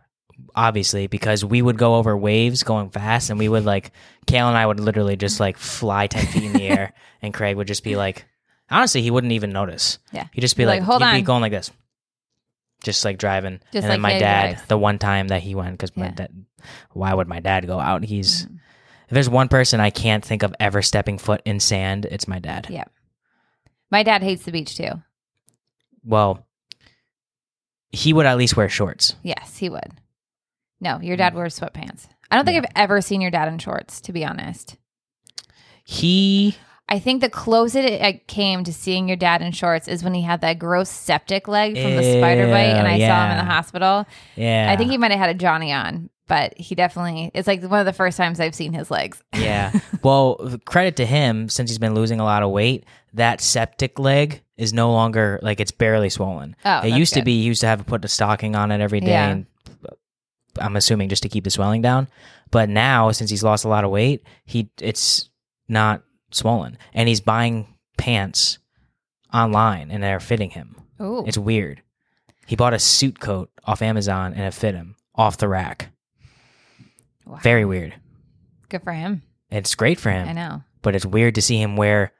Speaker 1: obviously because we would go over waves going fast and we would like kale and i would literally just like fly 10 feet in the air and craig would just be like honestly he wouldn't even notice
Speaker 2: Yeah.
Speaker 1: he'd just be
Speaker 2: Be
Speaker 1: like,
Speaker 2: like, "Hold
Speaker 1: he'd be
Speaker 2: on."
Speaker 1: going like this just like driving and
Speaker 2: Just
Speaker 1: then
Speaker 2: like
Speaker 1: my
Speaker 2: daddy
Speaker 1: dad
Speaker 2: drives.
Speaker 1: the one time that he went because my
Speaker 2: Yeah. Mm-hmm.
Speaker 1: dad why would my dad go out he's if there's one person i can't think of ever stepping foot in sand it's my dad
Speaker 2: Yeah. My dad hates the beach too.
Speaker 1: well he would at least wear shorts
Speaker 2: Yes, he would. No, your
Speaker 1: Mm.
Speaker 2: dad wears sweatpants. I don't think I've ever seen your dad in shorts, to be honest.
Speaker 1: he
Speaker 2: I think the closest it I came to seeing your dad in shorts is when he had that gross septic leg from the spider bite, and I saw him in
Speaker 1: Ew, yeah.
Speaker 2: the hospital.
Speaker 1: yeah
Speaker 2: I think he might have had a Johnny on, but he definitely, it's like one of the first times I've seen his legs.
Speaker 1: yeah well credit to him since he's been losing a lot of weight that septic leg is no longer like it's barely swollen
Speaker 2: Oh,
Speaker 1: it
Speaker 2: that's
Speaker 1: used to
Speaker 2: good.
Speaker 1: be he used to have put a stocking on it every day
Speaker 2: Yeah.
Speaker 1: and i'm assuming just to keep the swelling down but now since he's lost a lot of weight he it's not swollen and he's buying pants online and they're fitting him
Speaker 2: Ooh.
Speaker 1: it's weird he bought a suit coat off amazon and it fit him off the rack
Speaker 2: Wow.
Speaker 1: very weird
Speaker 2: Good for him.
Speaker 1: it's great for him
Speaker 2: I know.
Speaker 1: but it's weird to see him wear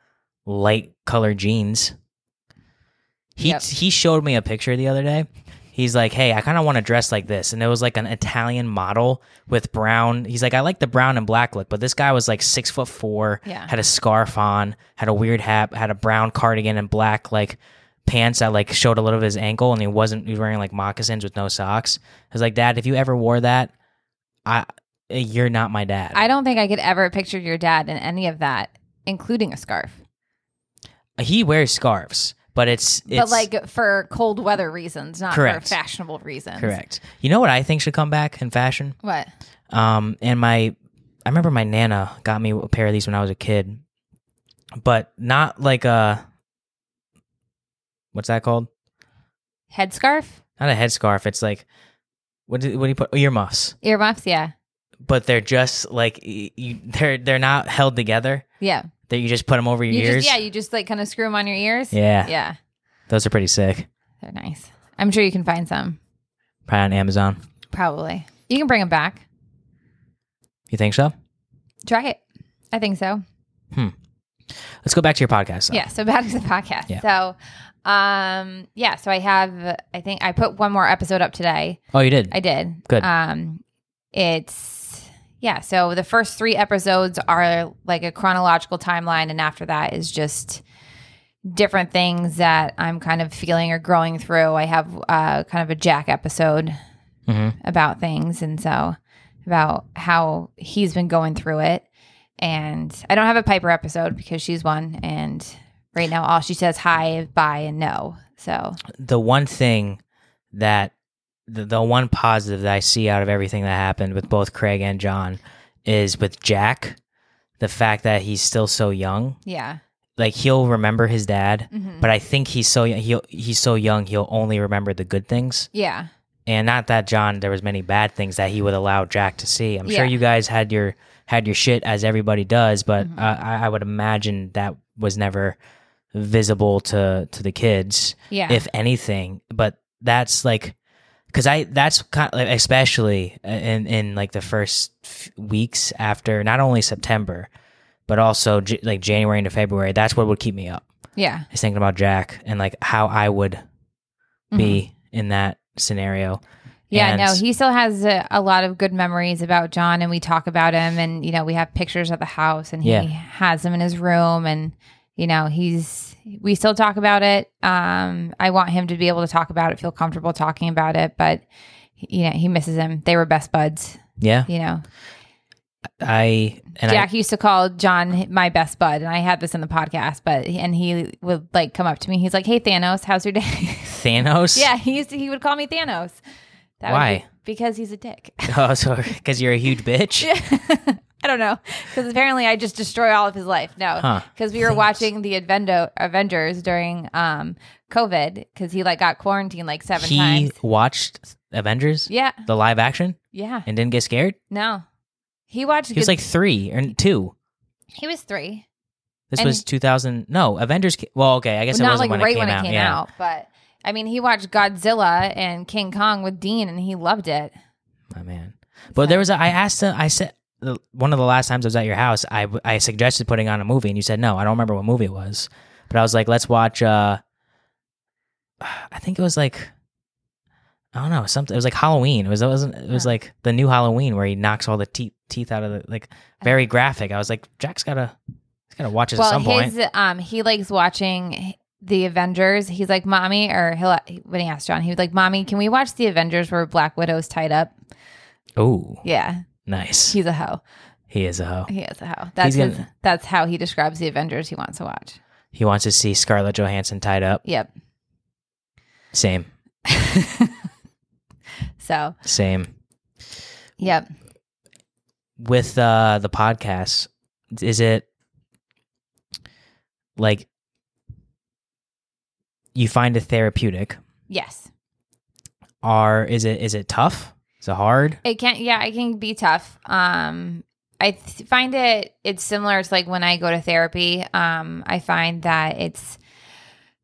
Speaker 1: light colored jeans. He
Speaker 2: Yep.
Speaker 1: he showed me a picture the other day. He's like, "Hey, I kind of want to dress like this." And it was like an Italian model with brown. He's like, "I like the brown and black look," but this guy was like six foot four,
Speaker 2: Yeah.
Speaker 1: had a scarf on, had a weird hat, had a brown cardigan and black like pants that like showed a little of his ankle, and he wasn't. He was wearing like moccasins with no socks. I was like, "Dad, if you ever wore that, I you're not my dad."
Speaker 2: I don't think I could ever picture your dad in any of that, including a scarf.
Speaker 1: he wears scarves, but it's, it's
Speaker 2: but like for cold weather reasons, not
Speaker 1: Correct.
Speaker 2: for fashionable reasons.
Speaker 1: correct. You know what I think should come back in fashion?
Speaker 2: What?
Speaker 1: Um, and my I remember my nana got me a pair of these when I was a kid, but not like a what's that called?
Speaker 2: Headscarf?
Speaker 1: Not a headscarf. It's like what do, what do you put earmuffs?
Speaker 2: Earmuffs? Yeah.
Speaker 1: But they're just like y- you, they're they're not held together.
Speaker 2: Yeah.
Speaker 1: That you just put them over your
Speaker 2: You
Speaker 1: ears.
Speaker 2: just, yeah, you just like kind of screw them on your ears.
Speaker 1: yeah,
Speaker 2: Yeah.
Speaker 1: those are pretty sick.
Speaker 2: They're nice. I'm sure you can find some.
Speaker 1: Probably on Amazon.
Speaker 2: Probably. You can bring them back.
Speaker 1: You think so?
Speaker 2: Try it. I think so.
Speaker 1: Oh. Let's go back to your podcast. though.
Speaker 2: Yeah. So back to the podcast.
Speaker 1: Yeah.
Speaker 2: So, um, yeah. So I have, I think I put one more episode up today.
Speaker 1: Oh, you did.
Speaker 2: I did.
Speaker 1: Good.
Speaker 2: Um, it's yeah. So the first three episodes are like a chronological timeline, and after that is just different things that I'm kind of feeling or growing through. I have uh, kind of a Jack episode
Speaker 1: Mhm.
Speaker 2: about things, and so about how he's been going through it. And I don't have a Piper episode because she's one, and right now all she says hi, bye, and no. So
Speaker 1: the one thing that the, the one positive that I see out of everything that happened with both Craig and John is with Jack, the fact that he's still so young.
Speaker 2: yeah,
Speaker 1: Like he'll remember his dad,
Speaker 2: Mhm.
Speaker 1: but I think he's so young, he'll, he's so young he'll only remember the good things.
Speaker 2: yeah,
Speaker 1: and not that John there was many bad things that he would allow Jack to see. I'm
Speaker 2: Yeah.
Speaker 1: sure you guys had your had your shit as everybody does, but
Speaker 2: Mhm.
Speaker 1: uh, I, I would imagine that was never visible to to the kids,
Speaker 2: Yeah.
Speaker 1: if anything. But that's like because I that's kind like, especially uh, in in like the first f- weeks after not only September but also j- like January into February. That's what would keep me up
Speaker 2: yeah.
Speaker 1: is thinking about Jack and like how I would
Speaker 2: Mhm.
Speaker 1: be in that scenario.
Speaker 2: Yeah,
Speaker 1: And-
Speaker 2: no, he still has a, a lot of good memories about John, and we talk about him, and you know, we have pictures of the house, and he
Speaker 1: Yeah.
Speaker 2: has them in his room, and you know, he's we still talk about it. Um, I want him to be able to talk about it, feel comfortable talking about it, but you know, he misses him. They were best buds,
Speaker 1: Yeah,
Speaker 2: you know.
Speaker 1: I and
Speaker 2: Jack used to call John my best bud, and I had this in the podcast, but and he would like come up to me. He's like, "Hey, Thanos, how's your day?"
Speaker 1: I Thanos.
Speaker 2: yeah, he used to, he would call me Thanos. That would
Speaker 1: Why?
Speaker 2: be- because he's a dick.
Speaker 1: Oh, sorry, because you're a huge bitch.
Speaker 2: I don't know because apparently I just destroy all of his life.
Speaker 1: Huh.
Speaker 2: No, because we were watching the Advendo Avengers during um COVID because he like got quarantined like seven
Speaker 1: he
Speaker 2: times.
Speaker 1: watched Avengers,
Speaker 2: Yeah,
Speaker 1: the live action,
Speaker 2: yeah.
Speaker 1: and didn't get scared.
Speaker 2: No, he watched.
Speaker 1: He was like three or two.
Speaker 2: he was three.
Speaker 1: This
Speaker 2: And-
Speaker 1: was 2000. No, Avengers. ca- Well, okay, I guess it
Speaker 2: not
Speaker 1: wasn't
Speaker 2: like
Speaker 1: when,
Speaker 2: right
Speaker 1: it
Speaker 2: when it came
Speaker 1: yeah.
Speaker 2: out, but I mean, he watched Godzilla and King Kong with Dean, and he loved it.
Speaker 1: Oh man. But there was a, I asked him, I said the- one of the last times I was at your house, I w- I suggested putting on a movie and you said no, I don't remember what movie it was. But I was like, let's watch uh I think it was like I don't know, something it was like Halloween. It was it wasn't it was
Speaker 2: Huh.
Speaker 1: like the new Halloween where he knocks all the teeth teeth out of the like very graphic. I was like, Jack's gotta he's gotta watch this at
Speaker 2: well,
Speaker 1: some point.
Speaker 2: his um, he likes watching the Avengers. He's like, "Mommy," or he'll when he asked John, he was like, "Mommy, can we watch the Avengers where Black Widow's tied up?"
Speaker 1: Oh,
Speaker 2: Yeah,
Speaker 1: nice.
Speaker 2: he's a hoe.
Speaker 1: He is a hoe.
Speaker 2: He is a hoe. That's
Speaker 1: He's
Speaker 2: his,
Speaker 1: gonna-
Speaker 2: that's how he describes the Avengers he wants to watch.
Speaker 1: He wants to see Scarlett Johansson tied up.
Speaker 2: Yep.
Speaker 1: Same.
Speaker 2: So,
Speaker 1: Same.
Speaker 2: yep.
Speaker 1: with uh the podcast is it like you find it therapeutic
Speaker 2: Yes.
Speaker 1: are is it is it tough is it hard
Speaker 2: It can, yeah, it can be tough. Um, I th- find it it's similar to like when I go to therapy. Um, I find that it's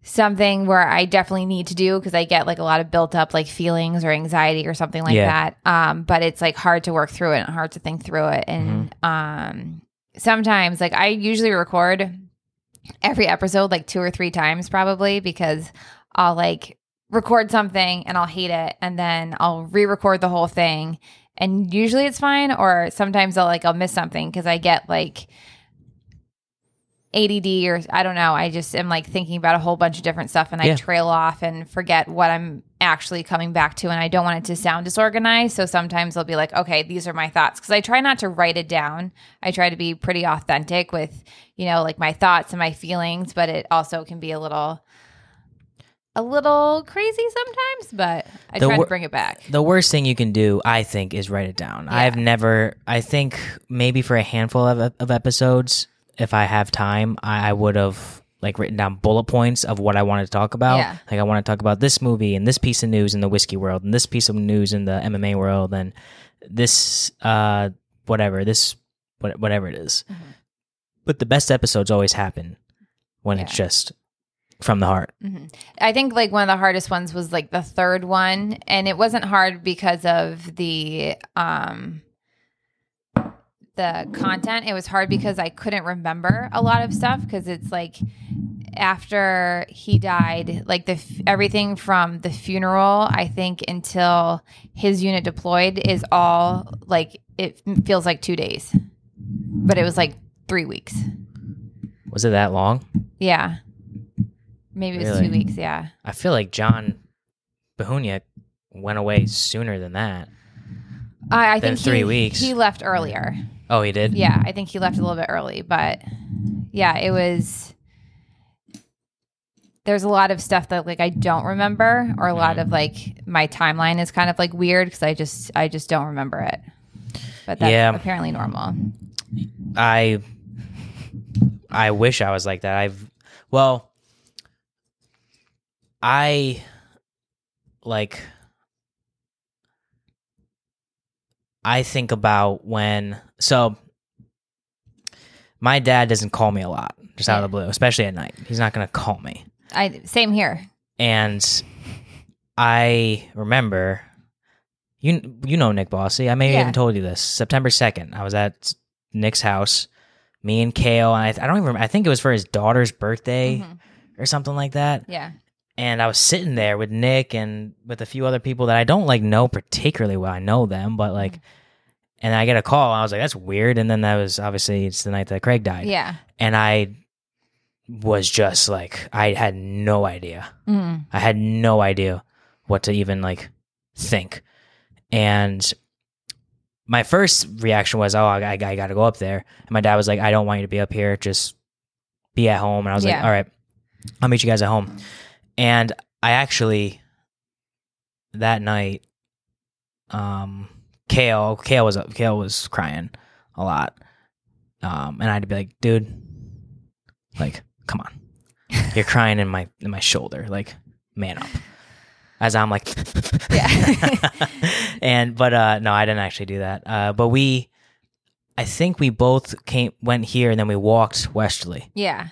Speaker 2: something where I definitely need to do because I get like a lot of built up like feelings or anxiety or something like
Speaker 1: Yeah.
Speaker 2: that. Um, but it's like hard to work through it and hard to think through it. And
Speaker 1: Mm-hmm.
Speaker 2: um, sometimes like I usually record every episode like two or three times probably because I'll like record something and I'll hate it and then I'll re-record the whole thing and usually it's fine or sometimes I'll like I'll miss something cuz I get like ADD or I don't know I just am like thinking about a whole bunch of different stuff and I
Speaker 1: Yeah.
Speaker 2: trail off and forget what I'm actually coming back to and I don't want it to sound disorganized so sometimes I'll be like okay these are my thoughts cuz I try not to write it down I try to be pretty authentic with you know like my thoughts and my feelings but it also can be a little a little crazy sometimes, but I
Speaker 1: The
Speaker 2: try
Speaker 1: wor-
Speaker 2: to bring it back.
Speaker 1: the worst thing you can do i think is write it down i've never i think maybe for a handful of, of episodes if i have time i, I would have like written down bullet points of what i wanted to talk about
Speaker 2: Yeah.
Speaker 1: like i want to talk about this movie and this piece of news in the whiskey world and this piece of news in the mma world and this uh whatever this what- whatever it is.
Speaker 2: Mm-hmm.
Speaker 1: but the best episodes always happen when it's
Speaker 2: Yeah.
Speaker 1: just from the heart
Speaker 2: Mm-hmm. I think like one of the hardest ones was like the third one, and it wasn't hard because of the um the content. It was hard because I couldn't remember a lot of stuff because it's like after he died, like the f- everything from the funeral, I think until his unit deployed is all like it feels like 2 days. But it was like 3 weeks.
Speaker 1: was it that long
Speaker 2: Yeah. Maybe it was
Speaker 1: Really?
Speaker 2: 2 weeks, yeah.
Speaker 1: I feel like John Bahunia went away sooner than that.
Speaker 2: I, I
Speaker 1: than
Speaker 2: think
Speaker 1: three
Speaker 2: he,
Speaker 1: weeks.
Speaker 2: He left earlier.
Speaker 1: Oh, he did.
Speaker 2: Yeah, I think he left a little bit early, but yeah, it was. There's a lot of stuff that like I don't remember, or a
Speaker 1: Mm-hmm.
Speaker 2: lot of like my timeline is kind of like weird because I just I just don't remember it. But that's
Speaker 1: Yeah.
Speaker 2: apparently normal.
Speaker 1: I I wish I was like that. I've well I like I think about when so my dad doesn't call me a lot, just out of the blue, especially at night. He's not gonna call me.
Speaker 2: I same here.
Speaker 1: And I remember you you know Nick Bossy. I may have
Speaker 2: Yeah.
Speaker 1: even told you this. September second, I was at Nick's house. Me and Kale, and I, I don't even. Remember, I think it was for his daughter's birthday
Speaker 2: Mhm.
Speaker 1: or something like that.
Speaker 2: Yeah.
Speaker 1: and I was sitting there with Nick and with a few other people that I don't like know particularly well. I know them, but like,
Speaker 2: Mm-hmm.
Speaker 1: and I get a call. I was like, that's weird. And then that was obviously it's the night that Craig died,
Speaker 2: Yeah.
Speaker 1: and I was just like, I had no idea.
Speaker 2: Mm.
Speaker 1: I had no idea what to even like think, and my first reaction was, oh, I, I got to go up there. And my dad was like, I don't want you to be up here. Just be at home. And I was like,
Speaker 2: Yeah.
Speaker 1: all right, I'll meet you guys at home. And I actually that night, um, Kale, Kale was up, Kale was crying a lot, um, and I had to be like, dude, like, come on, you're crying in my in my shoulder, like, man up. As I'm like,
Speaker 2: Yeah.
Speaker 1: and but uh, no, I didn't actually do that. Uh, but we, I think we both came went here, and then we walked westerly,
Speaker 2: Yeah.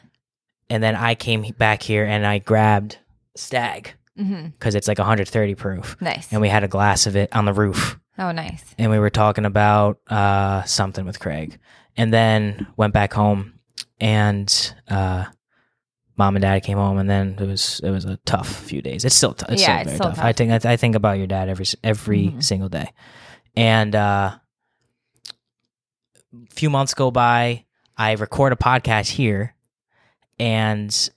Speaker 1: and then I came back here and I grabbed stag
Speaker 2: hmm
Speaker 1: because it's like 130 proof
Speaker 2: Nice.
Speaker 1: and we had a glass of it on the roof
Speaker 2: oh, nice.
Speaker 1: and we were talking about uh, something with craig and then went back home and uh, mom and dad came home and then it was it was a tough few days it's still t- it's still
Speaker 2: Yeah, it's
Speaker 1: very
Speaker 2: still
Speaker 1: tough.
Speaker 2: tough.
Speaker 1: i think I, I think about your dad every s- every
Speaker 2: Mhm.
Speaker 1: single day and uh few months go by i record a podcast here and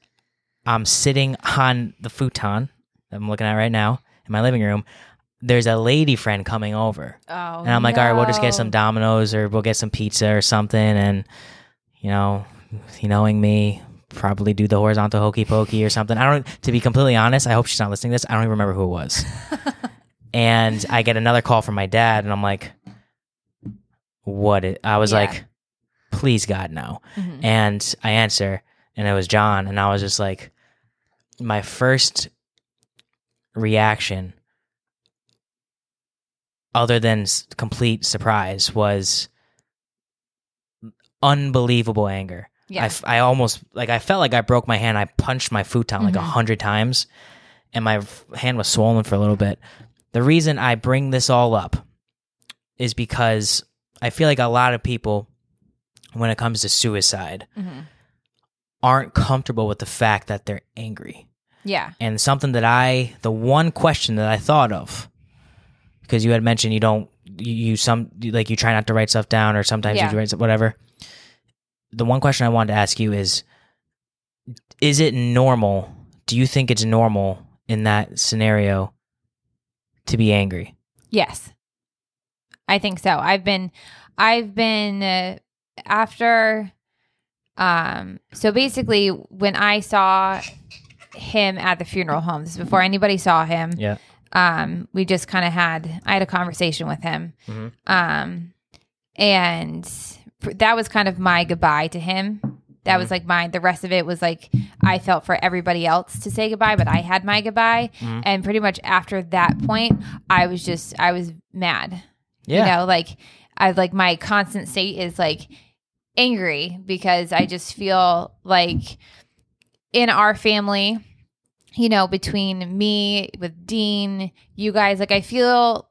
Speaker 1: i'm sitting on the futon that i'm looking at right now in my living room there's a lady friend coming over
Speaker 2: Oh.
Speaker 1: and I'm like, all right, we'll just get some
Speaker 2: no.
Speaker 1: Domino's or we'll get some pizza or something. And, you know, knowing me, probably do the horizontal hokey pokey or something. I don't, to be completely honest, I hope she's not listening to this. I don't even remember who it was. and I get another call from my dad and I'm like, what? It, I was
Speaker 2: Yeah.
Speaker 1: like, please God, no.
Speaker 2: Mhm.
Speaker 1: And I answer and it was John. And I was just like, my first reaction other than s- complete surprise was unbelievable anger I,
Speaker 2: Yeah.
Speaker 1: f- I almost like i felt like i broke my hand i punched my futon like a
Speaker 2: Mhm.
Speaker 1: hundred times and my f- hand was swollen for a little bit the reason i bring this all up is because i feel like a lot of people when it comes to suicide
Speaker 2: Mhm.
Speaker 1: aren't comfortable with the fact that they're angry
Speaker 2: Yeah.
Speaker 1: and something that I the one question that I thought of because you had mentioned you don't you, you some you- like you try not to write stuff down or sometimes
Speaker 2: Yeah.
Speaker 1: you write stuff- whatever. The one question I wanted to ask you is is it normal? Do you think it's normal in that scenario to be angry?
Speaker 2: Yes. I think so. I've been, I've been uh, after, um, so basically when I saw him at the funeral home, this is before anybody saw him.
Speaker 1: Yeah.
Speaker 2: Um, we just kind of had, I had a conversation with him.
Speaker 1: Mhm.
Speaker 2: Um, and pr- that was kind of my goodbye to him. That was like mine. The rest of it was like I felt for everybody else to say goodbye, but I had my goodbye.
Speaker 1: Mhm.
Speaker 2: And pretty much after that point, I was just I was mad. You know, like I like my constant state is like angry because I just feel like in our family, you know, between me with Dean, you guys, like I feel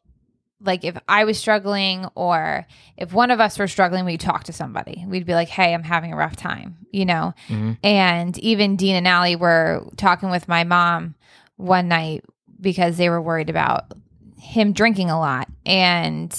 Speaker 2: like if I was struggling or if one of us were struggling, we'd talk to somebody. We'd be like, hey, I'm having a rough time, you know?
Speaker 1: Mhm.
Speaker 2: And even Dean and Allie were talking with my mom one night because they were worried about him drinking a lot. And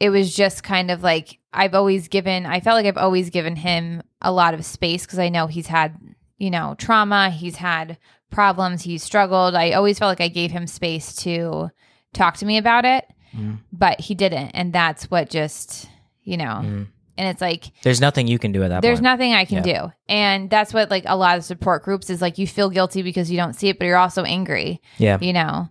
Speaker 2: it was just kind of like I've always given, I felt like I've always given him a lot of space because I know he's had, you know, trauma, he's had problems, he's struggled. I always felt like I gave him space to talk to me about it,
Speaker 1: Mhm.
Speaker 2: but he didn't. And that's what just, you know,
Speaker 1: Mhm.
Speaker 2: and it's like,
Speaker 1: There's nothing you can do at that
Speaker 2: Oh. there's
Speaker 1: point.
Speaker 2: nothing I can do. And that's what like a lot of support groups is like you feel guilty because you don't see it, but you're also angry.
Speaker 1: yeah.
Speaker 2: You know.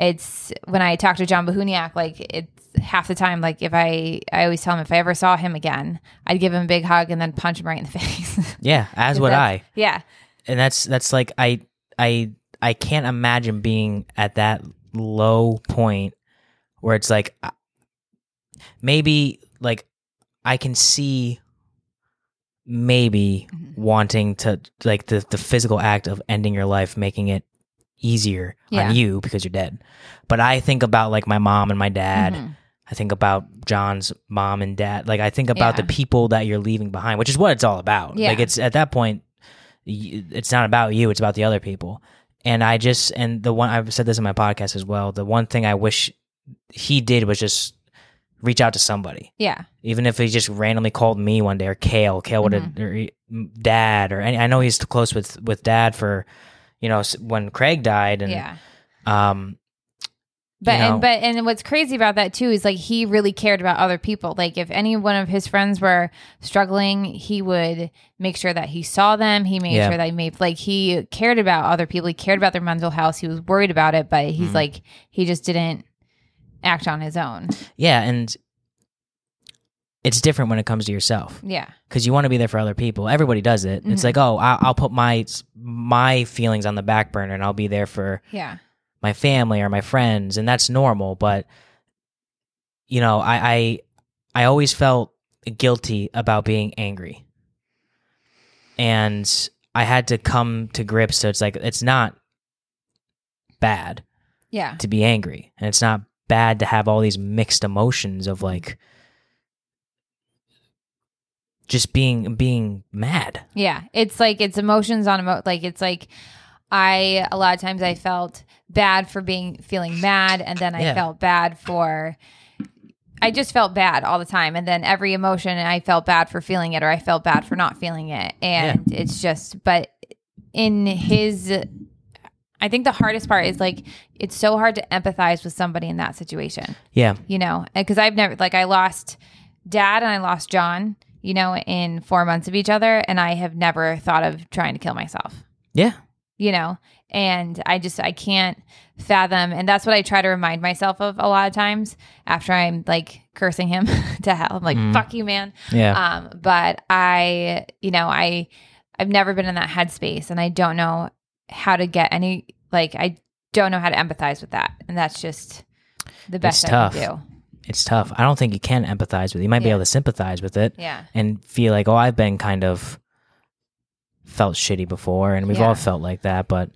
Speaker 2: It's when I talk to John Bahuniak, like it's half the time, like if I I always tell him if I ever saw him again, I'd give him a big hug and then punch him right in the face.
Speaker 1: Yeah, as would
Speaker 2: That's-
Speaker 1: I.
Speaker 2: yeah.
Speaker 1: and that's that's like I I I can't imagine being at that low point where it's like I- maybe like I can see maybe
Speaker 2: Mhm.
Speaker 1: wanting to like the the physical act of ending your life making it easier
Speaker 2: Yeah.
Speaker 1: on you because you're dead. But I think about like my mom and my dad.
Speaker 2: Mhm.
Speaker 1: I think about John's mom and dad. Like I think about
Speaker 2: Yeah.
Speaker 1: the people that you're leaving behind, which is what it's all about.
Speaker 2: Yeah.
Speaker 1: Like it's at that point, y- it's not about you; it's about the other people. And I just and the one I've said this in my podcast as well. The one thing I wish he did was just reach out to somebody,
Speaker 2: Yeah.
Speaker 1: even if he just randomly called me one day or Kale, Kale would
Speaker 2: Mm-hmm.
Speaker 1: have or he- m- dad or any, I know he's close with with dad for you know s- when Craig died and
Speaker 2: Yeah.
Speaker 1: um
Speaker 2: But
Speaker 1: you know-
Speaker 2: and but and what's crazy about that too is like he really cared about other people. Like if any one of his friends were struggling, he would make sure that he saw them. He made
Speaker 1: Yeah.
Speaker 2: sure that he made like he cared about other people. He cared about their mental health. He was worried about it, but he's
Speaker 1: Mhm.
Speaker 2: like he just didn't act on his own.
Speaker 1: yeah and it's different when it comes to yourself.
Speaker 2: Yeah.
Speaker 1: because you want to be there for other people. Everybody does it.
Speaker 2: Mhm.
Speaker 1: It's like, oh, I- I'll put my my feelings on the back burner and I'll be there for
Speaker 2: Yeah.
Speaker 1: my family or my friends, and that's normal. But you know, I I, I always felt guilty about being angry, and I had to come to grips. So it's like it's not bad
Speaker 2: Yeah.
Speaker 1: to be angry and it's not bad to have all these mixed emotions of like just being being mad
Speaker 2: Yeah. It's like it's emotions on emo like it's like I a lot of times I felt bad for being feeling mad and then I
Speaker 1: Yeah.
Speaker 2: felt bad for I just felt bad all the time and then every emotion I felt bad for feeling it or I felt bad for not feeling it and it's just but in his I think the hardest part is like it's so hard to empathize with somebody in that situation
Speaker 1: yeah
Speaker 2: you know, because I've never like I lost dad and I lost John, you know, in four months of each other, and I have never thought of trying to kill myself,
Speaker 1: yeah
Speaker 2: you know, and I just I can't fathom, and that's what I try to remind myself of a lot of times after I'm like cursing him to hell. I'm like,
Speaker 1: Mm.
Speaker 2: fuck you, man.
Speaker 1: yeah
Speaker 2: Um, but I, you know, I I've never been in that headspace, and I don't know how to get any like I don't know how to empathize with that, and that's just the best I
Speaker 1: tough.
Speaker 2: can do.
Speaker 1: it's tough i don't think you can empathize with it you might be
Speaker 2: Yeah.
Speaker 1: able to sympathize with it
Speaker 2: Yeah.
Speaker 1: and feel like oh i've been kind of felt shitty before and we've
Speaker 2: Yeah.
Speaker 1: all felt like that but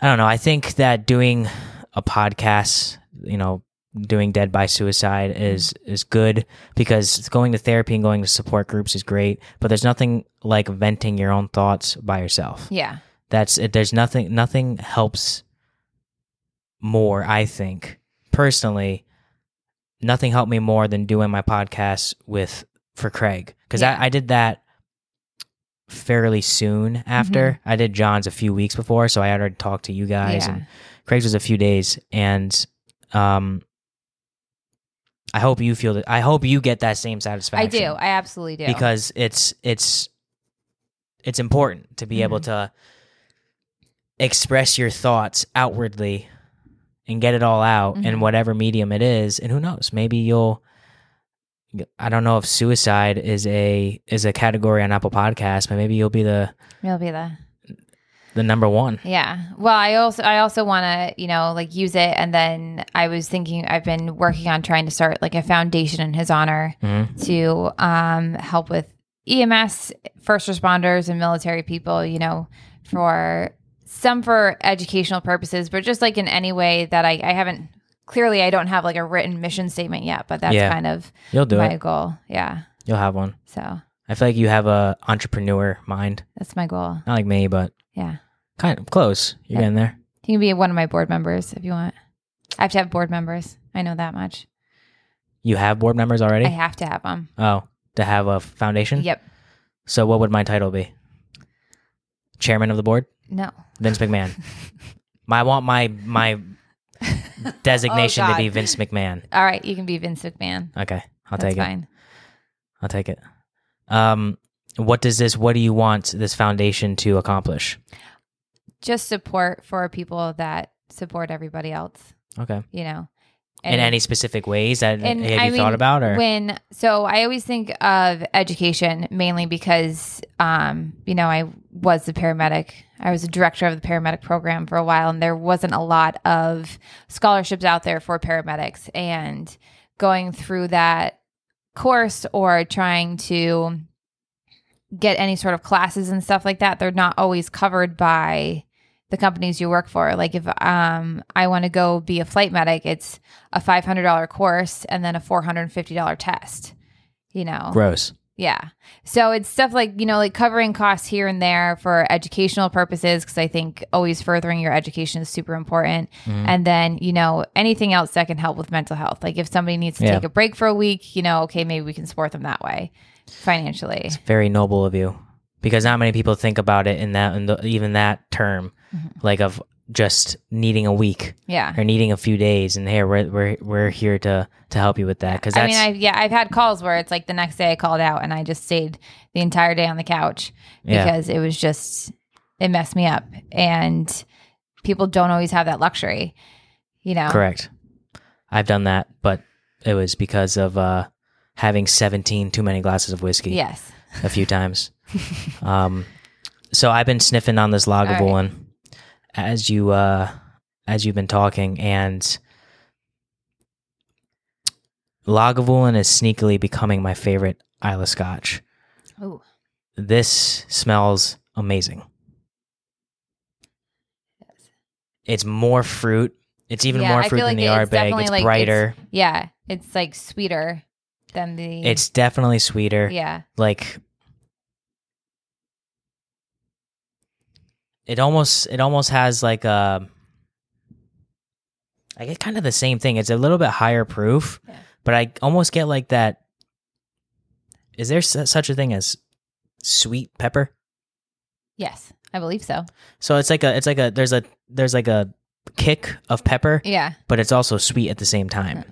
Speaker 1: i don't know i think that doing a podcast you know doing dead by suicide is is good because going to therapy and going to support groups is great but there's nothing like venting your own thoughts by yourself
Speaker 2: Yeah.
Speaker 1: that's it there's nothing nothing helps more i think personally nothing helped me more than doing my podcast with for craig because
Speaker 2: Yeah.
Speaker 1: I, I did that fairly soon after
Speaker 2: Mm-hmm.
Speaker 1: i did john's a few weeks before so i had already talked to you guys
Speaker 2: yeah.
Speaker 1: and craig's was a few days and um i hope you feel that i hope you get that same
Speaker 2: I
Speaker 1: satisfaction
Speaker 2: do. I absolutely do.
Speaker 1: because it's it's it's important to be able
Speaker 2: Mhm.
Speaker 1: to express your thoughts outwardly and get it all out in
Speaker 2: Mhm.
Speaker 1: whatever medium it is and who knows maybe you'll I don't know if suicide is a is a category on Apple Podcasts, but maybe you'll be the
Speaker 2: it'll be the
Speaker 1: the number one.
Speaker 2: yeah. Well, I also I also want to you know like use it, and then I was thinking I've been working on trying to start like a foundation in his honor
Speaker 1: Mhm.
Speaker 2: to um help with EMS first responders and military people. You know, for some for educational purposes, but just like in any way that I I haven't clearly I don't have like a written mission statement yet, but that's
Speaker 1: Yeah.
Speaker 2: kind of
Speaker 1: You'll do
Speaker 2: my
Speaker 1: it.
Speaker 2: goal. Yeah.
Speaker 1: You'll have one.
Speaker 2: So
Speaker 1: I feel like you have a entrepreneur mind.
Speaker 2: that's my goal.
Speaker 1: Not like me, but
Speaker 2: Yeah.
Speaker 1: kind of close. You're
Speaker 2: Yeah.
Speaker 1: getting there.
Speaker 2: You can be one of my board members if you want. I have to have board members. I know that much.
Speaker 1: You have board members already?
Speaker 2: I have to have them.
Speaker 1: oh, to have a foundation?
Speaker 2: Yep.
Speaker 1: So what would my title be? Chairman of the board,
Speaker 2: No.
Speaker 1: Vince McMahon. I want my my designation
Speaker 2: Oh,
Speaker 1: to be
Speaker 2: God.
Speaker 1: Vince McMahon.
Speaker 2: All right. You can be Vince McMahon.
Speaker 1: Okay, I'll
Speaker 2: That's
Speaker 1: take it.
Speaker 2: fine.
Speaker 1: I'll take it. Um, what does this? What do you want this foundation to accomplish?
Speaker 2: Just support for people that support everybody else,
Speaker 1: Okay,
Speaker 2: you know.
Speaker 1: in any specific ways that have
Speaker 2: and
Speaker 1: you
Speaker 2: I
Speaker 1: thought
Speaker 2: mean,
Speaker 1: about, or
Speaker 2: when so i always think of education mainly because um you know i was the paramedic i was the director of the paramedic program for a while and there wasn't a lot of scholarships out there for paramedics and going through that course or trying to get any sort of classes and stuff like that, they're not always covered by the companies you work for. Like if um, I want to go be a flight medic, it's a five hundred dollar course and then a four hundred and fifty dollar test. You know,
Speaker 1: Gross.
Speaker 2: yeah. So it's stuff like, you know, like covering costs here and there for educational purposes, because I think always furthering your education is super important.
Speaker 1: Mm-hmm.
Speaker 2: And then, you know, anything else that can help with mental health. Like if somebody needs to
Speaker 1: Yeah.
Speaker 2: take a break for a week, you know, okay, maybe we can support them that way financially.
Speaker 1: It's very noble of you because not many people think about it in that, in the, even that term,
Speaker 2: Mm-hmm.
Speaker 1: like of just needing a week
Speaker 2: Yeah.
Speaker 1: or needing a few days. And here we're we're we're here to to help you with that because
Speaker 2: I
Speaker 1: that's
Speaker 2: mean, I've, yeah, I've had calls where it's like the next day I called out and I just stayed the entire day on the couch
Speaker 1: Yeah.
Speaker 2: because it was just, it messed me up. And people don't always have that luxury, you know?
Speaker 1: correct. I've done that, but it was because of uh, having seventeen too many glasses of whiskey.
Speaker 2: Yes.
Speaker 1: a few times. um, so I've been sniffing on this Lagavulin
Speaker 2: All
Speaker 1: as you uh, as you've been talking, and Lagavulin is sneakily becoming my favorite Isla Scotch.
Speaker 2: Ooh.
Speaker 1: This smells amazing. It's more fruit. It's even
Speaker 2: Yeah,
Speaker 1: more
Speaker 2: I
Speaker 1: fruit
Speaker 2: feel
Speaker 1: than
Speaker 2: like
Speaker 1: the
Speaker 2: it's
Speaker 1: Ardbeg.
Speaker 2: definitely
Speaker 1: It's
Speaker 2: like- it's-
Speaker 1: brighter.
Speaker 2: Yeah, it's like sweeter than the.
Speaker 1: It's, definitely sweeter.
Speaker 2: yeah,
Speaker 1: like it almost it almost has like a I get kind of the same thing. It's a little bit higher proof,
Speaker 2: Yeah.
Speaker 1: but I almost get like that. Is there su- such a thing as sweet pepper?
Speaker 2: yes, I believe so.
Speaker 1: So it's like a it's like a there's a there's like a kick of pepper,
Speaker 2: Yeah,
Speaker 1: but it's also sweet at the same time.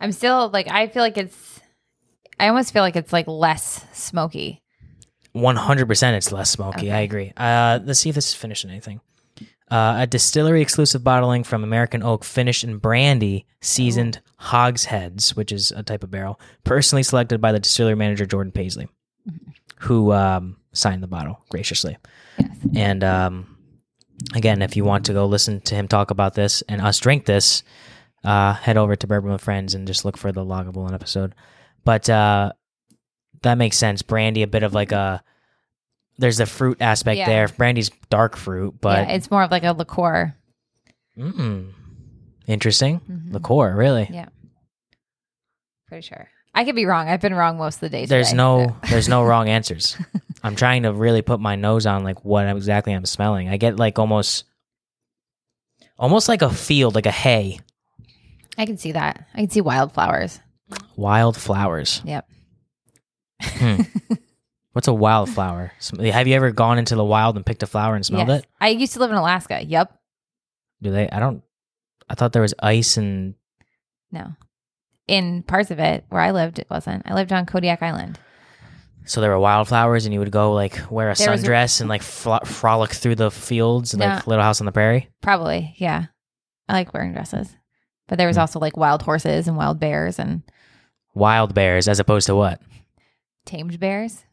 Speaker 2: I'm still like I feel like it's. I almost feel like it's like less smoky.
Speaker 1: One hundred percent, it's less smoky. I
Speaker 2: Okay.
Speaker 1: agree. Uh, let's see if this is finishing anything. Uh, a distillery exclusive bottling from American Oak, finished in brandy, seasoned hogsheads, which is a type of barrel, personally selected by the distillery manager Jordan Paisley, who um, signed the bottle graciously.
Speaker 2: Yes.
Speaker 1: And um, again, if you want to go listen to him talk about this and us drink this, uh, head over to Bourbon with Friends and just look for the Logable episode. But uh, that makes sense. Brandy, a bit of like a there's the fruit aspect
Speaker 2: Yeah.
Speaker 1: there. Brandy's dark fruit, but
Speaker 2: yeah, it's more of like a liqueur.
Speaker 1: mm, interesting
Speaker 2: Mhm.
Speaker 1: liqueur. Really,
Speaker 2: Yeah. Pretty sure. I could be wrong. I've been wrong most of the day.
Speaker 1: there's
Speaker 2: today,
Speaker 1: no
Speaker 2: so-
Speaker 1: there's no wrong answers. I'm trying to really put my nose on like what exactly I'm smelling. I get like almost almost like a field, like a hay.
Speaker 2: I can see that. I can see wildflowers.
Speaker 1: Wild flowers.
Speaker 2: Yep.
Speaker 1: Hmm. What's a wildflower? Sm- Have you ever gone into the wild and picked a flower and smelled
Speaker 2: Yes.
Speaker 1: it?
Speaker 2: I used to live in Alaska. Yep.
Speaker 1: Do they? I don't. I thought there was ice and
Speaker 2: No. In parts of it where I lived, it wasn't. I lived on Kodiak Island.
Speaker 1: so there were wildflowers, and you would go like wear a
Speaker 2: There was-
Speaker 1: sundress and like fro- frolic through the fields,
Speaker 2: No.
Speaker 1: like Little House on the Prairie.
Speaker 2: Probably, yeah. I like wearing dresses. But there was
Speaker 1: Hmm.
Speaker 2: also like wild horses and wild bears and
Speaker 1: Wild bears, as opposed to what?
Speaker 2: tamed bears.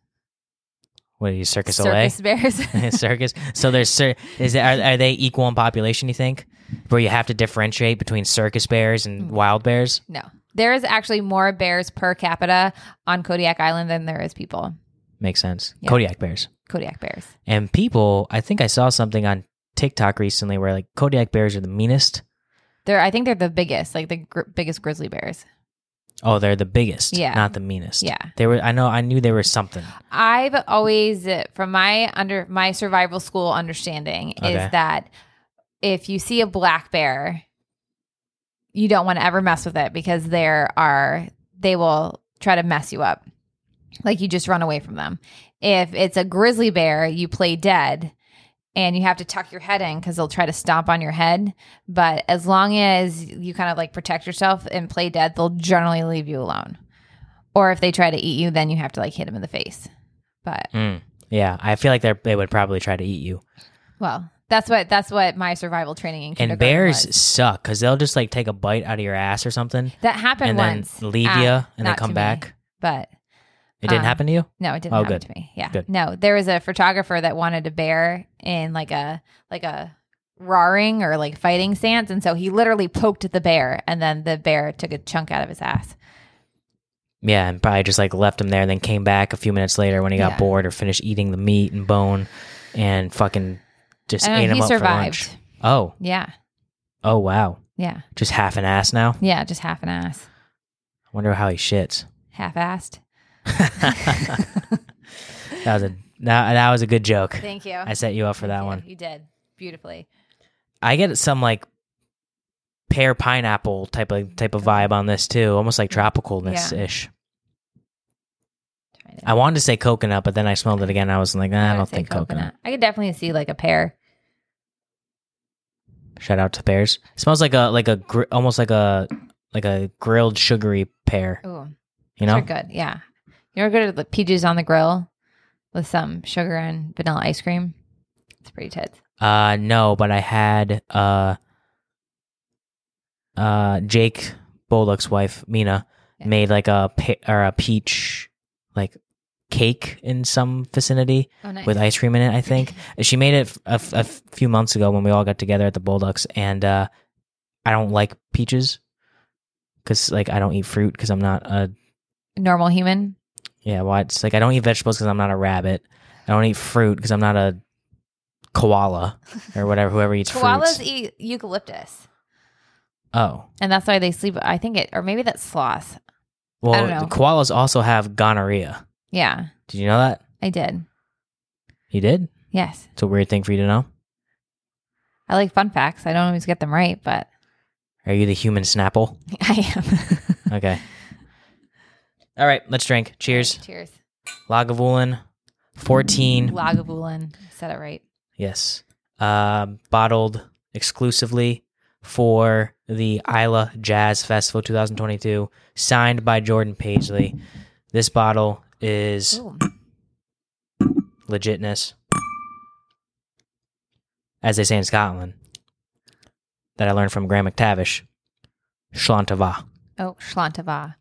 Speaker 1: What are you circus,
Speaker 2: circus bears.
Speaker 1: Olay? circus. So there's cir- is there, are, are they equal in population? You think, where you have to differentiate between circus bears and
Speaker 2: Mm.
Speaker 1: wild bears?
Speaker 2: no. There is actually more bears per capita on Kodiak Island than there is people.
Speaker 1: Makes sense.
Speaker 2: Yeah.
Speaker 1: Kodiak bears.
Speaker 2: Kodiak bears.
Speaker 1: And people, I think I saw something on TikTok recently where like Kodiak bears are the meanest.
Speaker 2: They're I think they're the biggest, like the gr- biggest grizzly bears.
Speaker 1: Oh, they're the biggest,
Speaker 2: Yeah.
Speaker 1: not the meanest.
Speaker 2: Yeah.
Speaker 1: They were I know I knew they were something.
Speaker 2: I've always, uh, from my under my survival school understanding,
Speaker 1: Okay.
Speaker 2: is that if you see a black bear, you don't want to ever mess with it because there are they will try to mess you up. Like you just run away from them. If it's a grizzly bear, you play dead and you have to tuck your head in because they'll try to stomp on your head. But as long as you kind of like protect yourself and play dead, they'll generally leave you alone. Or if they try to eat you, then you have to like hit them in the face. But
Speaker 1: Mm. Yeah. I feel like they they would probably try to eat you.
Speaker 2: well, that's what that's what my survival training in
Speaker 1: And
Speaker 2: kindergarten
Speaker 1: bears
Speaker 2: was.
Speaker 1: suck because they'll just like take a bite out of your ass or something
Speaker 2: that happened
Speaker 1: and then
Speaker 2: once.
Speaker 1: leave
Speaker 2: Ah,
Speaker 1: you and then
Speaker 2: not
Speaker 1: come
Speaker 2: to me.
Speaker 1: back.
Speaker 2: but
Speaker 1: It didn't
Speaker 2: Um,
Speaker 1: happen to you?
Speaker 2: no, it didn't
Speaker 1: Oh,
Speaker 2: happen
Speaker 1: good.
Speaker 2: to me. Yeah,
Speaker 1: Good.
Speaker 2: no, there was a photographer that wanted a bear in like a like a roaring or like fighting stance, and so he literally poked the bear, and then the bear took a chunk out of his ass.
Speaker 1: Yeah, and probably just like left him there, then came back a few minutes later when he got
Speaker 2: Yeah.
Speaker 1: bored or finished eating the meat and bone, and fucking just
Speaker 2: And
Speaker 1: ate him
Speaker 2: Oh, he
Speaker 1: up
Speaker 2: survived.
Speaker 1: for lunch. Oh,
Speaker 2: Yeah,
Speaker 1: oh wow,
Speaker 2: yeah,
Speaker 1: just half an ass now.
Speaker 2: yeah. Just half an ass,
Speaker 1: I wonder how he shits.
Speaker 2: half-assed.
Speaker 1: that was a that, that was a good joke.
Speaker 2: Thank you
Speaker 1: I set you up for that one.
Speaker 2: You did beautifully.
Speaker 1: I get some like pear pineapple type of type of vibe on this too, almost like tropicalness ish.
Speaker 2: Trying to-
Speaker 1: I wanted to say coconut, but then I smelled it again. I was like, nah, I,
Speaker 2: would
Speaker 1: don't
Speaker 2: say
Speaker 1: think coconut.
Speaker 2: I could definitely see like a pear.
Speaker 1: Shout out to pears. It smells like a like a gr- almost like a like a grilled sugary pear.
Speaker 2: Ooh,
Speaker 1: You know,
Speaker 2: are good. Yeah, you're good at the peaches on the grill with some sugar and vanilla ice cream. It's pretty tits.
Speaker 1: uh, no, but I had uh, uh, Jake Bolduc's wife Mina
Speaker 2: Yeah.
Speaker 1: made like a pe- or a peach like cake in some vicinity.
Speaker 2: Oh, nice.
Speaker 1: with ice cream in it. I think she made it a, f- a few months ago when we all got together at the Bullducks, and uh, I don't like peaches because like I don't eat fruit because I'm not a
Speaker 2: normal human.
Speaker 1: yeah. Well, it's like I don't eat vegetables because I'm not a rabbit. I don't eat fruit because I'm not a koala or whatever. Whoever eats
Speaker 2: Koalas
Speaker 1: fruits.
Speaker 2: eat eucalyptus,
Speaker 1: Oh
Speaker 2: and that's why they sleep. I think it, or maybe that's sloth.
Speaker 1: well,
Speaker 2: don't know.
Speaker 1: koalas also have gonorrhea.
Speaker 2: Yeah,
Speaker 1: Did you know that?
Speaker 2: I did.
Speaker 1: You did.
Speaker 2: Yes,
Speaker 1: It's a weird thing for you to know.
Speaker 2: I like fun facts. I don't always get them right, but
Speaker 1: Are you the human Snapple?
Speaker 2: I am.
Speaker 1: Okay. All right, let's drink. Cheers.
Speaker 2: Cheers.
Speaker 1: Lagavulin, 14.
Speaker 2: Lagavulin. Said it right.
Speaker 1: Yes. Uh, bottled exclusively for the Isla Jazz Festival 2022, signed by Jordan Paisley. This bottle is
Speaker 2: Ooh.
Speaker 1: legitness, as they say in Scotland, that I learned from Graham McTavish. Schlantava.
Speaker 2: Oh, Schlantava.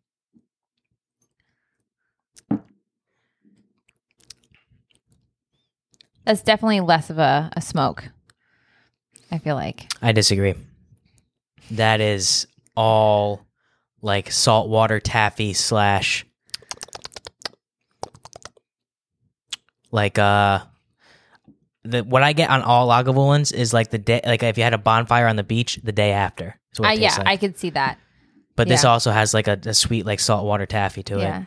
Speaker 2: That's definitely less of a, a smoke. I feel like.
Speaker 1: I disagree. That is all like saltwater taffy slash like uh the what I get on all Lagavulins is like the day like if you had a bonfire on the beach the day after. is what
Speaker 2: I,
Speaker 1: it
Speaker 2: Uh, yeah,
Speaker 1: tastes
Speaker 2: I
Speaker 1: like.
Speaker 2: could see that.
Speaker 1: but this
Speaker 2: yeah.
Speaker 1: also has like a, a sweet like saltwater taffy to
Speaker 2: yeah.
Speaker 1: it.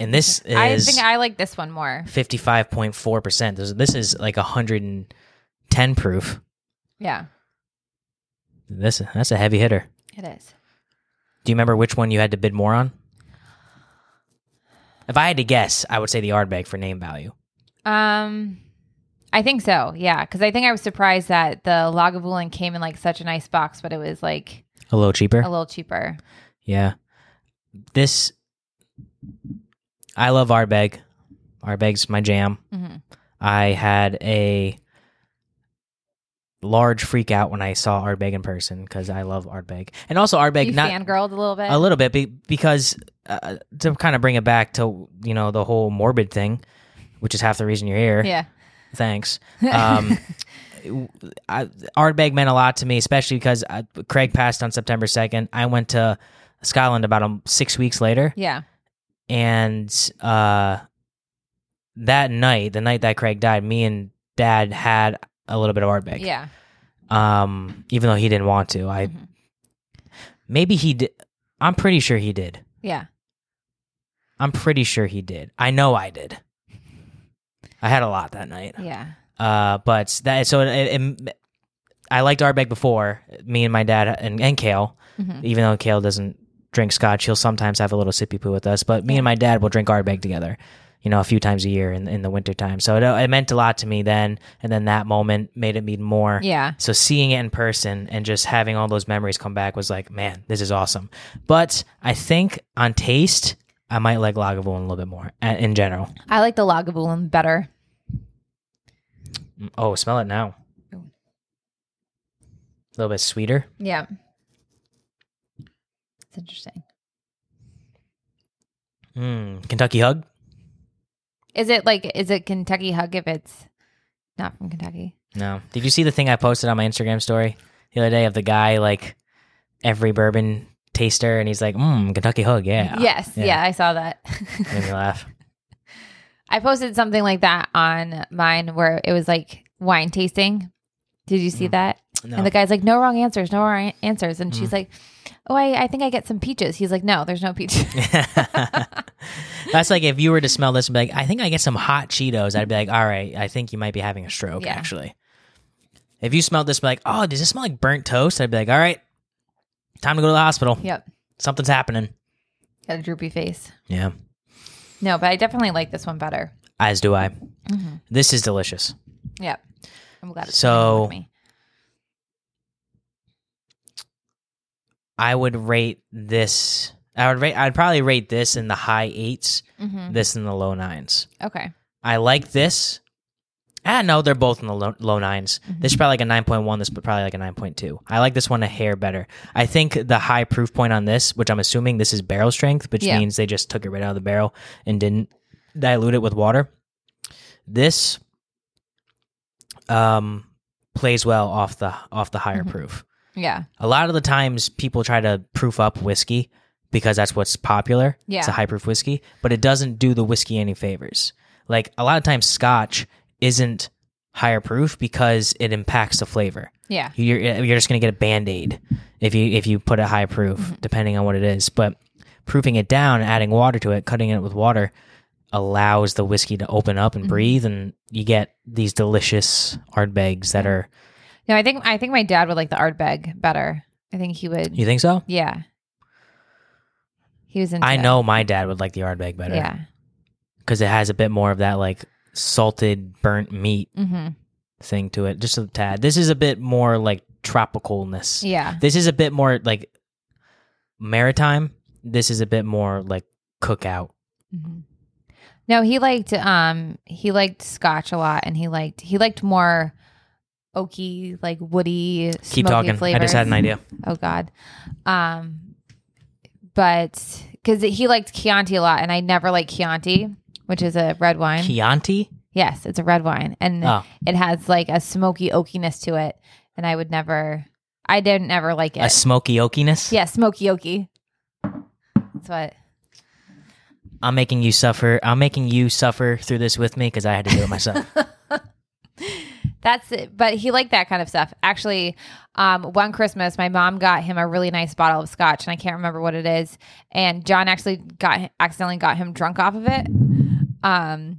Speaker 1: And this is
Speaker 2: I think I like this one more.
Speaker 1: 55.4%. This, this is like 110 proof.
Speaker 2: Yeah,
Speaker 1: This that's a heavy hitter.
Speaker 2: it is.
Speaker 1: Do you remember which one you had to bid more on? If I had to guess, I would say the Ardbeg for name value.
Speaker 2: Um, I think so. Yeah, because I think I was surprised that the Lagavulin came in like such a nice box, but it was like
Speaker 1: A little cheaper.
Speaker 2: a little cheaper.
Speaker 1: yeah. This I love Ardbeg. Ardbeg's my jam.
Speaker 2: hmm
Speaker 1: I had a large freak out when I saw Ardbeg in person because I love Ardbeg. And also Ardbeg
Speaker 2: you
Speaker 1: not
Speaker 2: fangirled a little bit.
Speaker 1: a little bit be- because uh, to kind of bring it back to, you know, the whole morbid thing, which is half the reason you're here.
Speaker 2: yeah.
Speaker 1: Thanks. Um, I, Ardbeg meant a lot to me, especially because I, Craig passed on September 2nd. I went to Scotland about um, six weeks later.
Speaker 2: yeah.
Speaker 1: And uh, that night, the night that Craig died, me and dad had a little bit of Ardbeg.
Speaker 2: Yeah.
Speaker 1: Um, even though he didn't want to. I
Speaker 2: Mhm.
Speaker 1: Maybe he did. I'm pretty sure he did.
Speaker 2: Yeah.
Speaker 1: I'm pretty sure he did. I know I did. I had a lot that night.
Speaker 2: Yeah.
Speaker 1: Uh, but that so it, it, I liked Ardbeg before. Me and my dad and, and Kale,
Speaker 2: Mhm.
Speaker 1: even though Kale doesn't drink Scotch, he'll sometimes have a little sippy poo with us. But me and my dad will drink Ardbeg together, you know, a few times a year in in the wintertime. So it, uh, it meant a lot to me then, and then that moment made it mean more.
Speaker 2: Yeah.
Speaker 1: So seeing it in person and just having all those memories come back was like, man, this is awesome. But I think on taste, I might like Lagavulin a little bit more uh, in general.
Speaker 2: I like the Lagavulin better.
Speaker 1: Mm, Oh, smell it now. A
Speaker 2: Ooh.
Speaker 1: little bit sweeter.
Speaker 2: Yeah. It's interesting.
Speaker 1: Mm, Kentucky hug.
Speaker 2: Is it like is it Kentucky hug if it's Not from Kentucky.
Speaker 1: No. Did you see the thing I posted on my Instagram story the other day of the guy like every bourbon taster and he's like, mmm, Kentucky hug, yeah.
Speaker 2: Yes. Yeah, I saw that.
Speaker 1: Made me laugh.
Speaker 2: I posted something like that on mine where it was like wine tasting. Did you see
Speaker 1: Mm.
Speaker 2: that?
Speaker 1: No. Mm.
Speaker 2: And the guy's like, no wrong answers, no wrong answers. And she's like, oh, I, I think I get some peaches. He's like, no, there's no peaches.
Speaker 1: That's like if you were to smell this and be like, I think I get some hot Cheetos, I'd be like, all right, I think you might be having a stroke,
Speaker 2: Yeah.
Speaker 1: actually. If you smelled this, be like, oh, does this smell like burnt toast? I'd be like, all right, time to go to the hospital.
Speaker 2: yep.
Speaker 1: Something's happening.
Speaker 2: Got a droopy face.
Speaker 1: Yeah,
Speaker 2: No, but I definitely like this one better.
Speaker 1: as do I.
Speaker 2: Mm-hmm.
Speaker 1: This is delicious.
Speaker 2: Yep. I'm glad it's
Speaker 1: So-
Speaker 2: with me.
Speaker 1: I would rate this. I would rate. I'd probably rate this in the high 8s
Speaker 2: Mhm.
Speaker 1: this in the low nines.
Speaker 2: Okay.
Speaker 1: I like this. Ah, no, they're both in the low, low 9s
Speaker 2: Mhm.
Speaker 1: This is probably like a nine point one. This probably like a nine point two. I like this one a hair better. I think the high proof point on this, which I'm assuming this is barrel strength, which
Speaker 2: Yeah.
Speaker 1: means they just took it right out of the barrel and didn't dilute it with water. This um plays well off the off the higher
Speaker 2: Mhm.
Speaker 1: proof.
Speaker 2: Yeah.
Speaker 1: A lot of the times people try to proof up whiskey because that's what's popular.
Speaker 2: Yeah.
Speaker 1: It's a high proof whiskey, but it doesn't do the whiskey any favors. Like a lot of times scotch isn't higher proof because it impacts the flavor.
Speaker 2: Yeah.
Speaker 1: You're you're just going to get a band-aid if you if you put it high proof
Speaker 2: Mm-hmm.
Speaker 1: depending on what it is, but proofing it down, adding water to it, cutting it with water allows the whiskey to open up
Speaker 2: Mm-hmm.
Speaker 1: and breathe and you get these delicious ardbegs that are
Speaker 2: No, I think I think my dad would like the Ardbeg better. I think he would.
Speaker 1: You think so?
Speaker 2: Yeah. He was into
Speaker 1: I
Speaker 2: it.
Speaker 1: know my dad would like the Ardbeg better.
Speaker 2: Yeah.
Speaker 1: because it has a bit more of that like salted burnt meat
Speaker 2: hmm
Speaker 1: thing to it. Just a tad. This is a bit more like tropicalness.
Speaker 2: Yeah.
Speaker 1: This is a bit more like maritime. This is a bit more like cookout.
Speaker 2: hmm No, he liked um he liked Scotch a lot, and he liked he liked more oaky, like woody.
Speaker 1: Keep
Speaker 2: smoky
Speaker 1: talking. I just had
Speaker 2: flavors.
Speaker 1: an idea.
Speaker 2: Oh God. Um, but because he liked Chianti a lot, and I never like Chianti, which is a red wine.
Speaker 1: Chianti.
Speaker 2: yes, it's a red wine, and
Speaker 1: Oh,
Speaker 2: it has like a smoky oakiness to it, and I would never, I didn't ever like it.
Speaker 1: a smoky oakiness.
Speaker 2: yeah, smoky oaky. That's what.
Speaker 1: I'm making you suffer. I'm making you suffer through this with me because I had to do it myself.
Speaker 2: That's it. But he liked that kind of stuff. Actually, um, one Christmas, my mom got him a really nice bottle of scotch, and I can't remember what it is. And John actually got accidentally got him drunk off of it, um,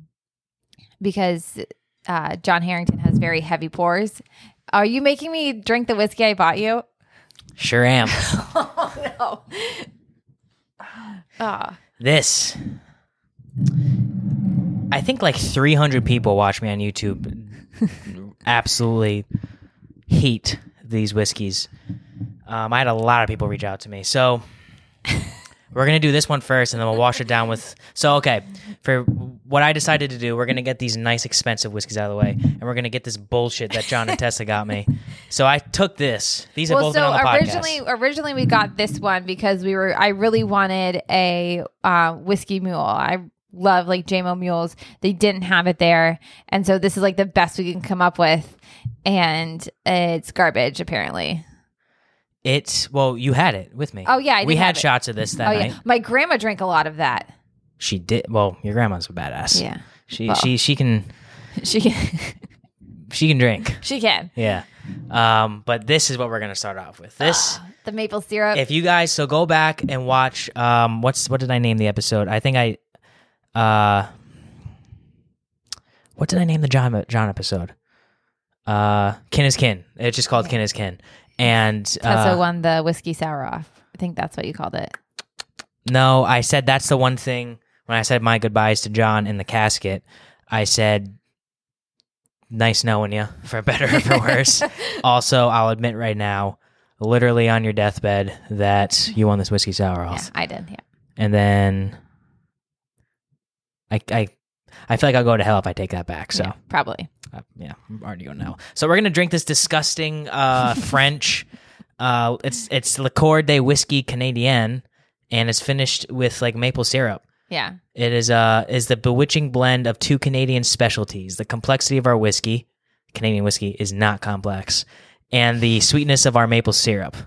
Speaker 2: because uh, John Harrington has very heavy pours. Are you making me drink the whiskey I bought you?
Speaker 1: sure am.
Speaker 2: oh no. Ah,
Speaker 1: This. I think like 300 people watch me on YouTube absolutely hate these whiskeys. Um, I had a lot of people reach out to me. So we're going to do this one first and then we'll wash it down with. So, okay, for what I decided to do, we're going to get these nice, expensive whiskeys out of the way and we're going to get this bullshit that John and Tessa got me. So I took this. These have
Speaker 2: well,
Speaker 1: both been
Speaker 2: so
Speaker 1: on the podcast.
Speaker 2: originally, originally we got this one because we were. I really wanted a uh, whiskey mule. I love like JMO mules. They didn't have it there, and so this is like the best we can come up with, and it's garbage apparently.
Speaker 1: It's, well, you had it with me.
Speaker 2: Oh, yeah, I
Speaker 1: we
Speaker 2: did
Speaker 1: had
Speaker 2: have it.
Speaker 1: shots of this that
Speaker 2: oh
Speaker 1: night.
Speaker 2: yeah, my grandma drank a lot of that.
Speaker 1: She did. Well, your grandma's a badass.
Speaker 2: Yeah,
Speaker 1: She
Speaker 2: Well.
Speaker 1: she she can
Speaker 2: she can,
Speaker 1: she can drink.
Speaker 2: she can.
Speaker 1: Yeah. Um. But this is what we're gonna start off with. This.
Speaker 2: The maple syrup.
Speaker 1: If you guys so go back and watch. Um. What's what did I name the episode? I think I. Uh. What did I name the John John episode? Uh, kin is kin. It's just called kin is kin. And
Speaker 2: Tessa
Speaker 1: uh,
Speaker 2: won the whiskey sour off. I think that's what you called it.
Speaker 1: No, I said that's the one thing when I said my goodbyes to John in the casket. I said, "Nice knowing you, for better or for worse." also, I'll admit right now, literally on your deathbed, that you won this whiskey sour
Speaker 2: Yeah,
Speaker 1: off,
Speaker 2: I did. Yeah.
Speaker 1: and then I, I, I feel like I'll go to hell if I take that back. So
Speaker 2: Yeah, probably.
Speaker 1: uh, yeah, I'm already going now. So we're gonna drink this disgusting uh, French. Uh, it's it's liqueur de whiskey canadienne, and it's finished with like maple syrup.
Speaker 2: Yeah.
Speaker 1: It is uh is the bewitching blend of two Canadian specialties: the complexity of our whiskey, Canadian whiskey is not complex, and the sweetness of our maple syrup.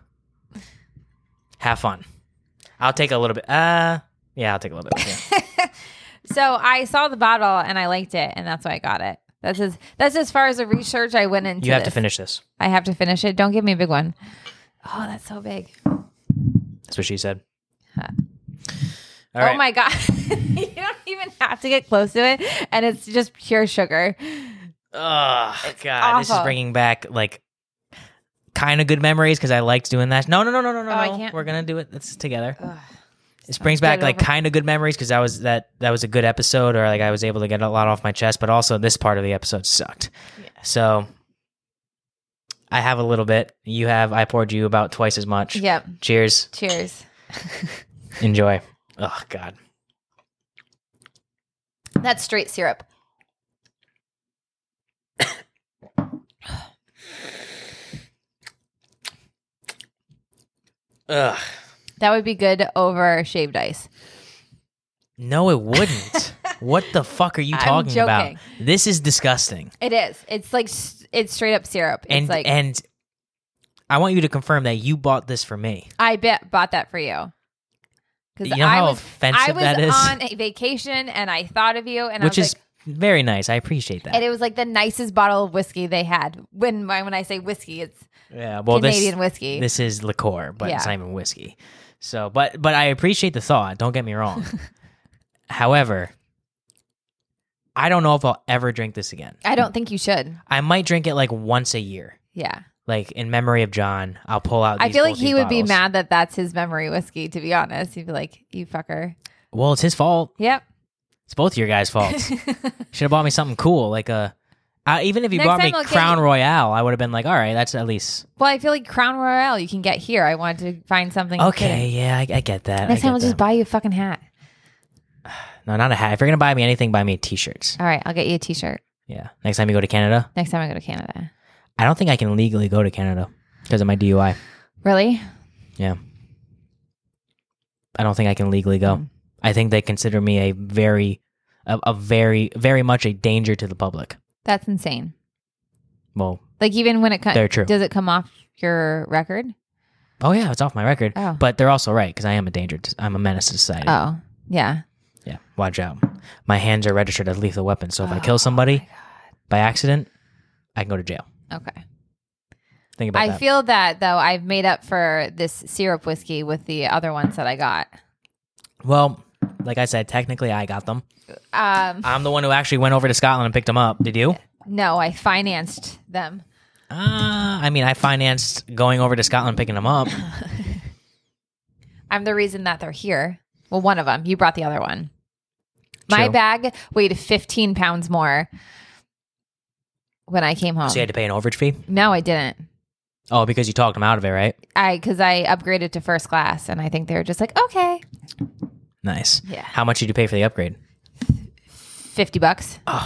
Speaker 1: Have fun. I'll take a little bit. Uh, yeah, I'll take a little bit. yeah.
Speaker 2: So I saw the bottle and I liked it, and that's why I got it. That's as that's as far as the research I went into.
Speaker 1: You have to
Speaker 2: this.
Speaker 1: finish this.
Speaker 2: I have to finish it. Don't give me a big one. Oh, that's so big.
Speaker 1: That's what she said.
Speaker 2: Huh.
Speaker 1: All right.
Speaker 2: Oh my god. you don't even have to get close to it and it's just pure sugar.
Speaker 1: Oh God, this is
Speaker 2: awful.
Speaker 1: bringing back like kind of good memories because I liked doing that. No, no, no, no, no, no.
Speaker 2: Oh, I
Speaker 1: no.
Speaker 2: can't-
Speaker 1: We're gonna do it. It's together.
Speaker 2: Ugh.
Speaker 1: This brings back
Speaker 2: Get it
Speaker 1: like
Speaker 2: over.
Speaker 1: kind of good memories because that was that that was a good episode, or like I was able to get a lot off my chest. But also, this part of the episode sucked. So I have a little bit. You have. I poured you about twice as much.
Speaker 2: Yep.
Speaker 1: Cheers.
Speaker 2: Cheers.
Speaker 1: Enjoy. Oh God.
Speaker 2: That's straight syrup.
Speaker 1: Ugh.
Speaker 2: That would be good over shaved ice.
Speaker 1: No, it wouldn't. what the fuck are you
Speaker 2: I'm
Speaker 1: talking about?
Speaker 2: joking.
Speaker 1: This is disgusting.
Speaker 2: It is. It's like s- it's straight up syrup. It's
Speaker 1: and
Speaker 2: like
Speaker 1: and I want you to confirm that you bought this for me.
Speaker 2: I bet bought that for you. Cuz
Speaker 1: You know how offensive
Speaker 2: I was
Speaker 1: that is?
Speaker 2: on a vacation and I thought of you and
Speaker 1: which
Speaker 2: I was
Speaker 1: is very nice. I appreciate that.
Speaker 2: like and it was like the nicest bottle of whiskey they had. When when I say whiskey, it's
Speaker 1: yeah, well
Speaker 2: Canadian
Speaker 1: this
Speaker 2: whiskey.
Speaker 1: this is liqueur, but it's
Speaker 2: Yeah.
Speaker 1: not even whiskey. So, but but I appreciate the thought. Don't get me wrong. However, I don't know if I'll ever drink this again.
Speaker 2: I don't think you should.
Speaker 1: I might drink it like once a year,
Speaker 2: Yeah.
Speaker 1: like in memory of John. I'll pull out.
Speaker 2: I
Speaker 1: these-
Speaker 2: feel
Speaker 1: both
Speaker 2: like he
Speaker 1: these
Speaker 2: would be
Speaker 1: bottles.
Speaker 2: mad that that's his memory whiskey, to be honest. He'd be like, you fucker.
Speaker 1: Well, it's his fault.
Speaker 2: Yep.
Speaker 1: It's both your guys' faults. Should have bought me something cool, like a. Uh, even if you
Speaker 2: Next
Speaker 1: bought me
Speaker 2: time I'll get
Speaker 1: Crown
Speaker 2: you-
Speaker 1: Royale, I would have been like, all right, that's at least
Speaker 2: well, I feel like Crown Royale you can get here. I wanted to find something.
Speaker 1: okay.
Speaker 2: fitting.
Speaker 1: Yeah, I, I get that.
Speaker 2: Next
Speaker 1: I get
Speaker 2: time, I'll just
Speaker 1: that.
Speaker 2: buy you a fucking hat.
Speaker 1: no, not a hat. If you're gonna buy me anything, buy me t-shirts.
Speaker 2: All right. I'll get you a t shirt
Speaker 1: Yeah. Next time you go to Canada,
Speaker 2: next time I go to Canada.
Speaker 1: I don't think I can legally go to Canada because of my DUI.
Speaker 2: Really?
Speaker 1: Yeah. I don't think I can legally go.
Speaker 2: Mm.
Speaker 1: I think they consider me a very, a, a very, very much a danger to the public.
Speaker 2: That's insane.
Speaker 1: Well,
Speaker 2: Like, even when it comes,
Speaker 1: They're true.
Speaker 2: does it come off your record?
Speaker 1: oh yeah, it's off my record.
Speaker 2: Oh.
Speaker 1: But they're also right because I am a danger. To, I'm a menace to society.
Speaker 2: Oh, yeah.
Speaker 1: Yeah, watch out. My hands are registered as lethal weapons, so if I
Speaker 2: Oh,
Speaker 1: kill somebody
Speaker 2: my
Speaker 1: by accident, I can go to jail.
Speaker 2: Okay.
Speaker 1: Think about
Speaker 2: I
Speaker 1: that.
Speaker 2: feel that, though, I've made up for this syrup whiskey with the other ones that I got.
Speaker 1: well, like I said, technically I got them.
Speaker 2: Um,
Speaker 1: I'm the one who actually went over to Scotland and picked them up. Did you?
Speaker 2: no, I financed them.
Speaker 1: Uh, I mean, I financed going over to Scotland picking them up.
Speaker 2: I'm the reason that they're here. Well, one of them. You brought the other one. My
Speaker 1: True.
Speaker 2: bag weighed 15 pounds more when I came home.
Speaker 1: So you had to pay an overage fee?
Speaker 2: no, I didn't.
Speaker 1: Oh, because you talked them out of it, right?
Speaker 2: I because I upgraded to first class, and I think they were just like, okay,
Speaker 1: Nice.
Speaker 2: Yeah.
Speaker 1: How much did you pay for the upgrade?
Speaker 2: 50 bucks.
Speaker 1: Do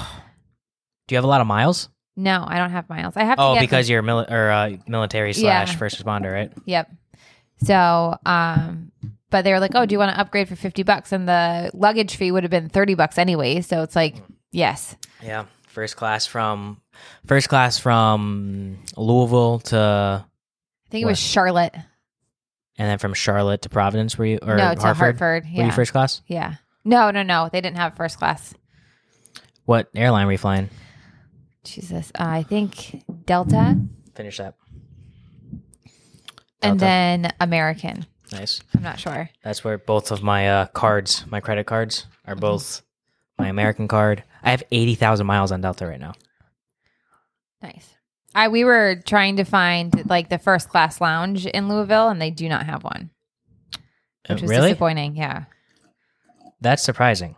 Speaker 1: you have a lot of miles?
Speaker 2: No, I don't have miles. I have. to
Speaker 1: Oh,
Speaker 2: get
Speaker 1: because you're mili- or, uh, military slash
Speaker 2: Yeah.
Speaker 1: first responder, right?
Speaker 2: Yep. So, um, but they were like, oh, do you want to upgrade for 50 bucks? And the luggage fee would have been 30 bucks anyway. So it's like, yes.
Speaker 1: Yeah. First class from first class from Louisville to
Speaker 2: I think it
Speaker 1: What?
Speaker 2: was Charlotte.
Speaker 1: And then from Charlotte to Providence, were you or
Speaker 2: no,
Speaker 1: Hartford?
Speaker 2: to Hartford.
Speaker 1: Were
Speaker 2: Yeah.
Speaker 1: you first class?
Speaker 2: yeah. No, no, no. They didn't have first class.
Speaker 1: What airline were you flying?
Speaker 2: Jesus. Uh, I think Delta
Speaker 1: Finish that. Delta.
Speaker 2: and then American.
Speaker 1: Nice.
Speaker 2: I'm not sure.
Speaker 1: That's where both of my uh, cards, my credit cards, are
Speaker 2: Mm-hmm.
Speaker 1: both my American card. I have eighty thousand miles on Delta right now.
Speaker 2: Nice. I we were trying to find like the first class lounge in Louisville and they do not have one.
Speaker 1: Uh,
Speaker 2: Which was
Speaker 1: really?
Speaker 2: disappointing. Yeah.
Speaker 1: That's surprising.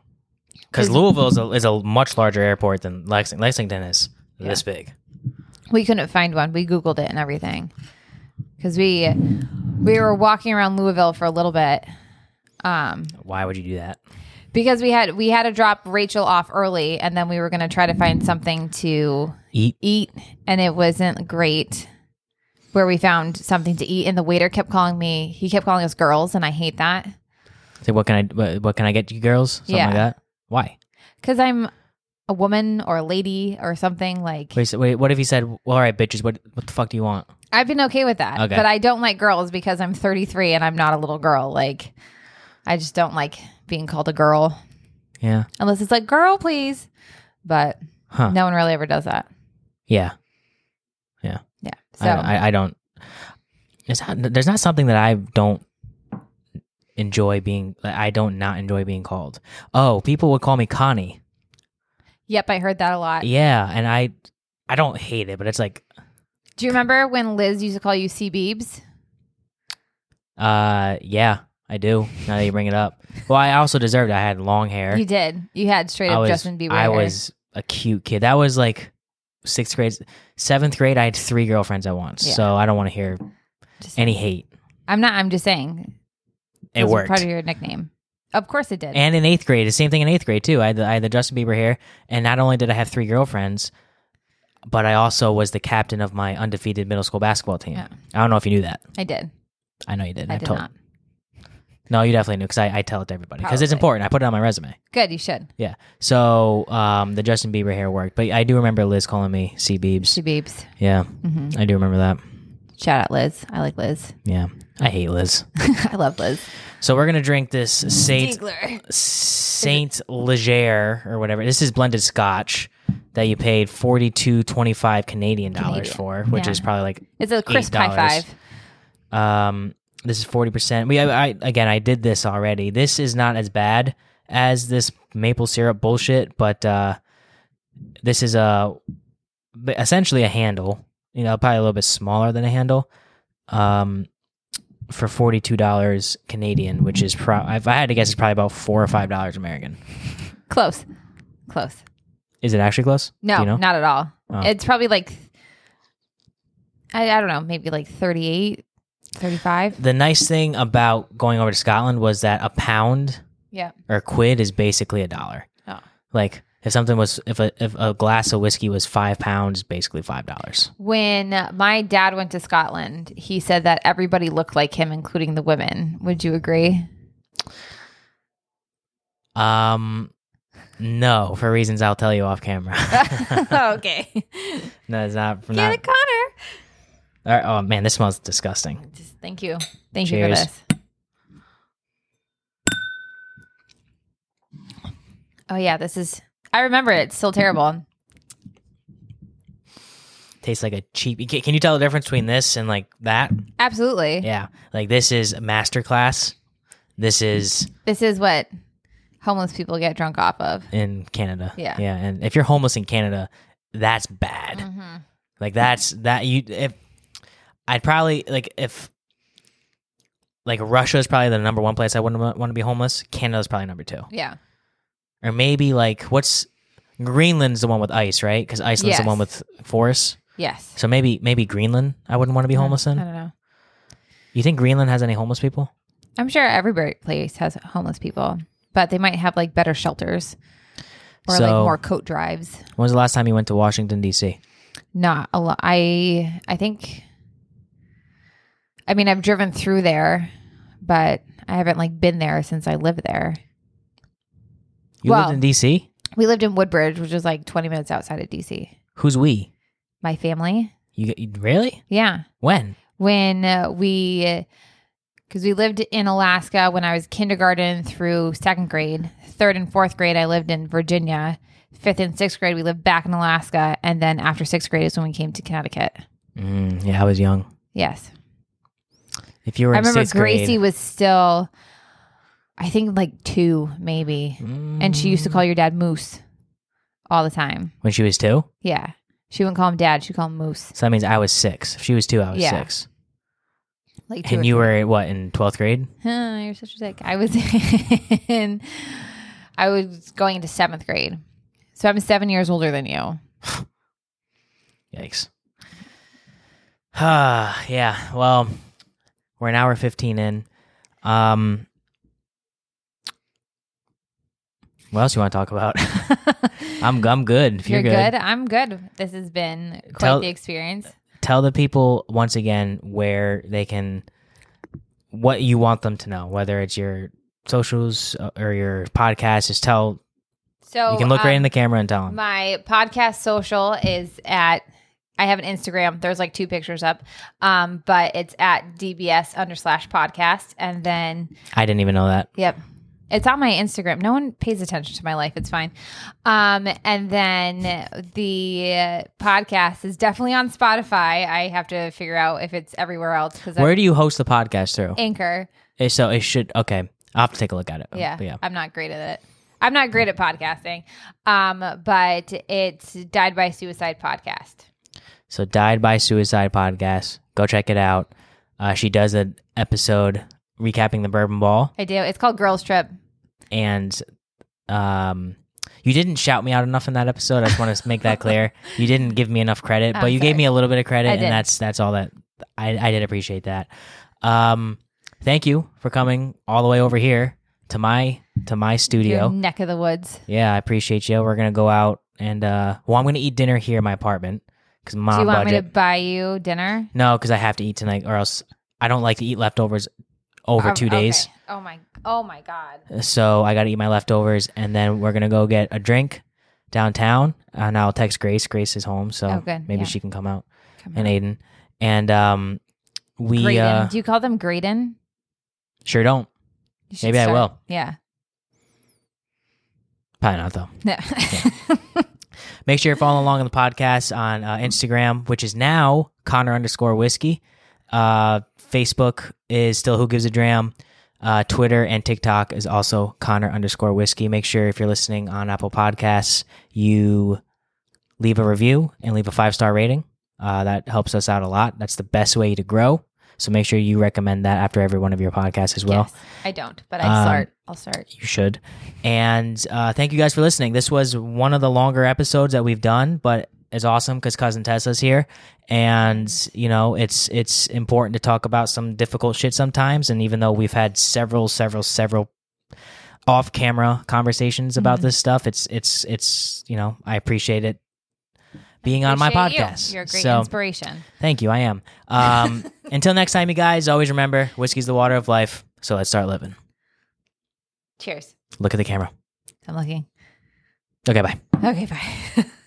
Speaker 1: Because
Speaker 2: Is-
Speaker 1: Louisville is a, is a much larger airport than Lexington. Lexington is
Speaker 2: Yeah.
Speaker 1: this big.
Speaker 2: We couldn't find one. We Googled it and everything. Cause we we were walking around Louisville for a little bit. Um
Speaker 1: Why would you do that?
Speaker 2: because we had we had to drop Rachel off early and then we were gonna try to find something to
Speaker 1: Eat.
Speaker 2: eat and it wasn't great where we found something to eat and the waiter kept calling me he kept calling us girls and i hate that
Speaker 1: Say what can I what, what can I get you girls? Something
Speaker 2: Yeah.
Speaker 1: like that. Why?
Speaker 2: because i'm a woman or a lady or something like
Speaker 1: Wait, so, wait, what if he said, well, "All right, bitches, what what the fuck do you want?"
Speaker 2: I've been okay with that.
Speaker 1: Okay.
Speaker 2: But I don't like girls because I'm 33 and I'm not a little girl. Like, I just don't like being called a girl
Speaker 1: Yeah,
Speaker 2: unless it's like, girl, please. But
Speaker 1: huh?
Speaker 2: no one really ever does that.
Speaker 1: Yeah,
Speaker 2: Yeah. So,
Speaker 1: I, I, I don't. It's not, there's not something that I don't enjoy being. that I don't not enjoy being called. Oh, people would call me Connie.
Speaker 2: yep, I heard that a lot.
Speaker 1: Yeah, and I I don't hate it, but it's like
Speaker 2: Do you remember when Liz used to call you C Beebs?
Speaker 1: Uh, yeah, I do. Now that you bring it up, well, I also deserved. It. I had long hair.
Speaker 2: You did. You had straight
Speaker 1: I
Speaker 2: up
Speaker 1: was,
Speaker 2: Justin Bieber.
Speaker 1: I
Speaker 2: hair.
Speaker 1: was a cute kid. That was like sixth grade, seventh grade. I had three girlfriends at once,
Speaker 2: Yeah.
Speaker 1: so I don't want to hear
Speaker 2: Just-
Speaker 1: any hate.
Speaker 2: I'm not. I'm just saying.
Speaker 1: It
Speaker 2: those were
Speaker 1: worked.
Speaker 2: Part of your nickname. Of course it did.
Speaker 1: and in eighth grade, the same thing in eighth grade too. I had the, I had the Justin Bieber hair, and not only did I have three girlfriends, but I also was the captain of my undefeated middle school basketball team.
Speaker 2: Yeah.
Speaker 1: I don't know if you knew that.
Speaker 2: I did.
Speaker 1: I know you did.
Speaker 2: I did
Speaker 1: told,
Speaker 2: not.
Speaker 1: No, you definitely knew because I, I tell it to everybody because it's
Speaker 2: Probably.
Speaker 1: important. I put it on my resume.
Speaker 2: Good. You should.
Speaker 1: Yeah. So um, the Justin Bieber hair worked, but I do remember Liz calling me C Biebs.
Speaker 2: C Beebs.
Speaker 1: Yeah,
Speaker 2: hmm
Speaker 1: I do remember that.
Speaker 2: Shout out Liz. I like Liz.
Speaker 1: Yeah, I hate Liz.
Speaker 2: I love Liz.
Speaker 1: So we're gonna drink this Saint
Speaker 2: Diegler.
Speaker 1: Saint Leger or whatever. This is blended Scotch that you paid forty two twenty five Canadian dollars
Speaker 2: Canadian.
Speaker 1: for, which
Speaker 2: Yeah.
Speaker 1: is probably like
Speaker 2: It's a crisp
Speaker 1: $8.
Speaker 2: high five.
Speaker 1: Um, this is forty percent. We, I, I, again, I did this already. This is not as bad as this maple syrup bullshit, but uh, this is a b- essentially a handle. You know, probably a little bit smaller than a handle. Um, for forty two dollars Canadian, which is pro. If I had to guess, it's probably about four or five dollars American.
Speaker 2: Close. Close.
Speaker 1: Is it actually close? Do
Speaker 2: No,
Speaker 1: you know?
Speaker 2: not at all.
Speaker 1: Oh.
Speaker 2: It's probably like, I, I don't know, maybe like 38, 35.
Speaker 1: The nice thing about going over to Scotland was that a pound
Speaker 2: Yeah.
Speaker 1: or a quid is basically a dollar.
Speaker 2: Oh.
Speaker 1: Like if something was if a if a glass of whiskey was five pounds, basically five dollars.
Speaker 2: When my dad went to Scotland, he said that everybody looked like him, including the women. Would you agree?
Speaker 1: Um, no, for reasons I'll tell you off camera.
Speaker 2: okay.
Speaker 1: no, it's not. From
Speaker 2: Get
Speaker 1: not
Speaker 2: it, Connor.
Speaker 1: or- oh man, this smells disgusting.
Speaker 2: Just thank you. Thank you
Speaker 1: Cheers.
Speaker 2: for this. Oh, yeah. This is, I remember it. It's still terrible.
Speaker 1: Tastes like a cheap. Can can you tell the difference between this and like that?
Speaker 2: Absolutely.
Speaker 1: Yeah, like this is a masterclass. This is
Speaker 2: This is what homeless people get drunk off of.
Speaker 1: in Canada.
Speaker 2: Yeah.
Speaker 1: yeah. And if you're homeless in Canada, that's bad.
Speaker 2: hmm
Speaker 1: Like that's that you if I'd probably like if like Russia is probably the number one place I wouldn't want to be homeless. Canada's probably number two,
Speaker 2: Yeah.
Speaker 1: or maybe like what's Greenland's the one with ice, right? Because Iceland's
Speaker 2: Yes.
Speaker 1: the one with forests.
Speaker 2: Yes.
Speaker 1: So maybe maybe Greenland I wouldn't want to be homeless
Speaker 2: I
Speaker 1: in.
Speaker 2: don't know.
Speaker 1: You think Greenland has any homeless people?
Speaker 2: I'm sure every bur- place has homeless people, but they might have like better shelters or
Speaker 1: So-
Speaker 2: like more coat drives.
Speaker 1: When was the last time you went to Washington D.C.?
Speaker 2: Not a lot. I I think. I mean, I've driven through there, but I haven't like been there since I lived there.
Speaker 1: You
Speaker 2: Well-
Speaker 1: lived in D.C.
Speaker 2: We lived in Woodbridge, which is like 20 minutes outside of DC.
Speaker 1: Who's we?
Speaker 2: My family,
Speaker 1: You, you really?
Speaker 2: yeah.
Speaker 1: When?
Speaker 2: when uh, we because we lived in Alaska when I was kindergarten through second grade, third and fourth grade, I lived in Virginia. Fifth and sixth grade, we lived back in Alaska, and then after sixth grade is when we came to Connecticut.
Speaker 1: Mm, yeah, I was young.
Speaker 2: Yes,
Speaker 1: If you were,
Speaker 2: I
Speaker 1: in
Speaker 2: remember
Speaker 1: sixth grade-
Speaker 2: Gracie was still, I think like two maybe, and she used to
Speaker 1: Mm,
Speaker 2: call your dad Moose all the time.
Speaker 1: when she was two.
Speaker 2: Yeah, she wouldn't call him Dad; she'd call him Moose.
Speaker 1: So that means I was six. If she was two, I was
Speaker 2: Yeah.
Speaker 1: six.
Speaker 2: Like two or
Speaker 1: And you were what in twelfth grade?
Speaker 2: Huh, you're such a dick. I was in, I was going into seventh grade. So I'm seven years older than you.
Speaker 1: Yikes. Ah, yeah. Well, we're an hour fifteen in. Um, what else you want to talk about? I'm I'm good. If you're,
Speaker 2: you're good. I'm good. This has been quite
Speaker 1: Tell-
Speaker 2: the experience.
Speaker 1: tell the people once again where they can, what you want them to know, whether it's your socials uh, or your podcast. Just tell
Speaker 2: So
Speaker 1: you can look right in
Speaker 2: um,
Speaker 1: the camera and tell them.
Speaker 2: My podcast social is at. I have an Instagram. There's like two pictures up, um, but it's at DBS under slash podcast, and then
Speaker 1: I didn't even know that.
Speaker 2: Yep. It's on my Instagram. No one pays attention to my life. It's fine. Um, and then the uh, podcast is definitely on Spotify. I have to figure out if it's everywhere else because
Speaker 1: Where do you host the podcast through?
Speaker 2: Anchor.
Speaker 1: Eh, so it should okay. I'll have to take a look at it.
Speaker 2: Yeah,
Speaker 1: But Oh, yeah.
Speaker 2: I'm not great at it. I'm not great at podcasting. Um, but it's Died by Suicide podcast.
Speaker 1: So died by suicide podcast. Go check it out. Uh, she does an episode recapping the bourbon ball,
Speaker 2: I do. It's called Girls Trip.
Speaker 1: and um, you didn't shout me out enough in that episode. I just want to make that clear. You didn't give me enough credit,
Speaker 2: I'm
Speaker 1: but you
Speaker 2: sorry.
Speaker 1: gave me a little bit of credit,
Speaker 2: I
Speaker 1: and
Speaker 2: did.
Speaker 1: that's that's all that I, I did appreciate that. Um, thank you for coming all the way over here to my to my studio.
Speaker 2: Your neck of the woods.
Speaker 1: Yeah, I appreciate you. We're gonna go out and uh well, I'm gonna eat dinner here in my apartment because mom
Speaker 2: do you want
Speaker 1: budget.
Speaker 2: me to buy you dinner?
Speaker 1: No, because I have to eat tonight, or else I don't like to eat leftovers over
Speaker 2: Um,
Speaker 1: two
Speaker 2: okay.
Speaker 1: days.
Speaker 2: Oh my! Oh my God!
Speaker 1: So I gotta eat my leftovers, and then we're gonna go get a drink downtown, and I'll text Grace. Grace is home, so
Speaker 2: Oh, good.
Speaker 1: maybe
Speaker 2: Yeah.
Speaker 1: she can come out
Speaker 2: Come
Speaker 1: and Aiden, and um, we
Speaker 2: Graydon.
Speaker 1: uh,
Speaker 2: Do you call them Graydon?
Speaker 1: sure don't.
Speaker 2: You should
Speaker 1: Maybe I will.
Speaker 2: Yeah.
Speaker 1: Probably not though.
Speaker 2: No.
Speaker 1: Make sure you're following along on the podcast on uh, Instagram, which is now Connor underscore whiskey. Uh, Facebook is still Who Gives a Dram. Uh, Twitter and TikTok is also Connor underscore whiskey. Make sure if you're listening on Apple Podcasts, you leave a review and leave a five star rating. Uh, that helps us out a lot. That's the best way to grow. So make sure you recommend that after every one of your podcasts as well
Speaker 2: Yes. I don't, but
Speaker 1: Um,
Speaker 2: I start. I'll start.
Speaker 1: you should. And uh, thank you guys for listening. This was one of the longer episodes that we've done, but it's awesome because cousin Tessa's here, and you know it's it's important to talk about some difficult shit sometimes. And even though we've had several, several, several off camera conversations about
Speaker 2: Mhm.
Speaker 1: this stuff, it's it's it's you know I appreciate it being on my
Speaker 2: Appreciate you.
Speaker 1: podcast.
Speaker 2: You're a great
Speaker 1: so
Speaker 2: inspiration.
Speaker 1: thank you. I am. Um, until next time, you guys always remember whiskey's the water of life. So let's start living.
Speaker 2: Cheers.
Speaker 1: Look at the camera.
Speaker 2: I'm looking.
Speaker 1: Okay, bye.
Speaker 2: Okay, bye.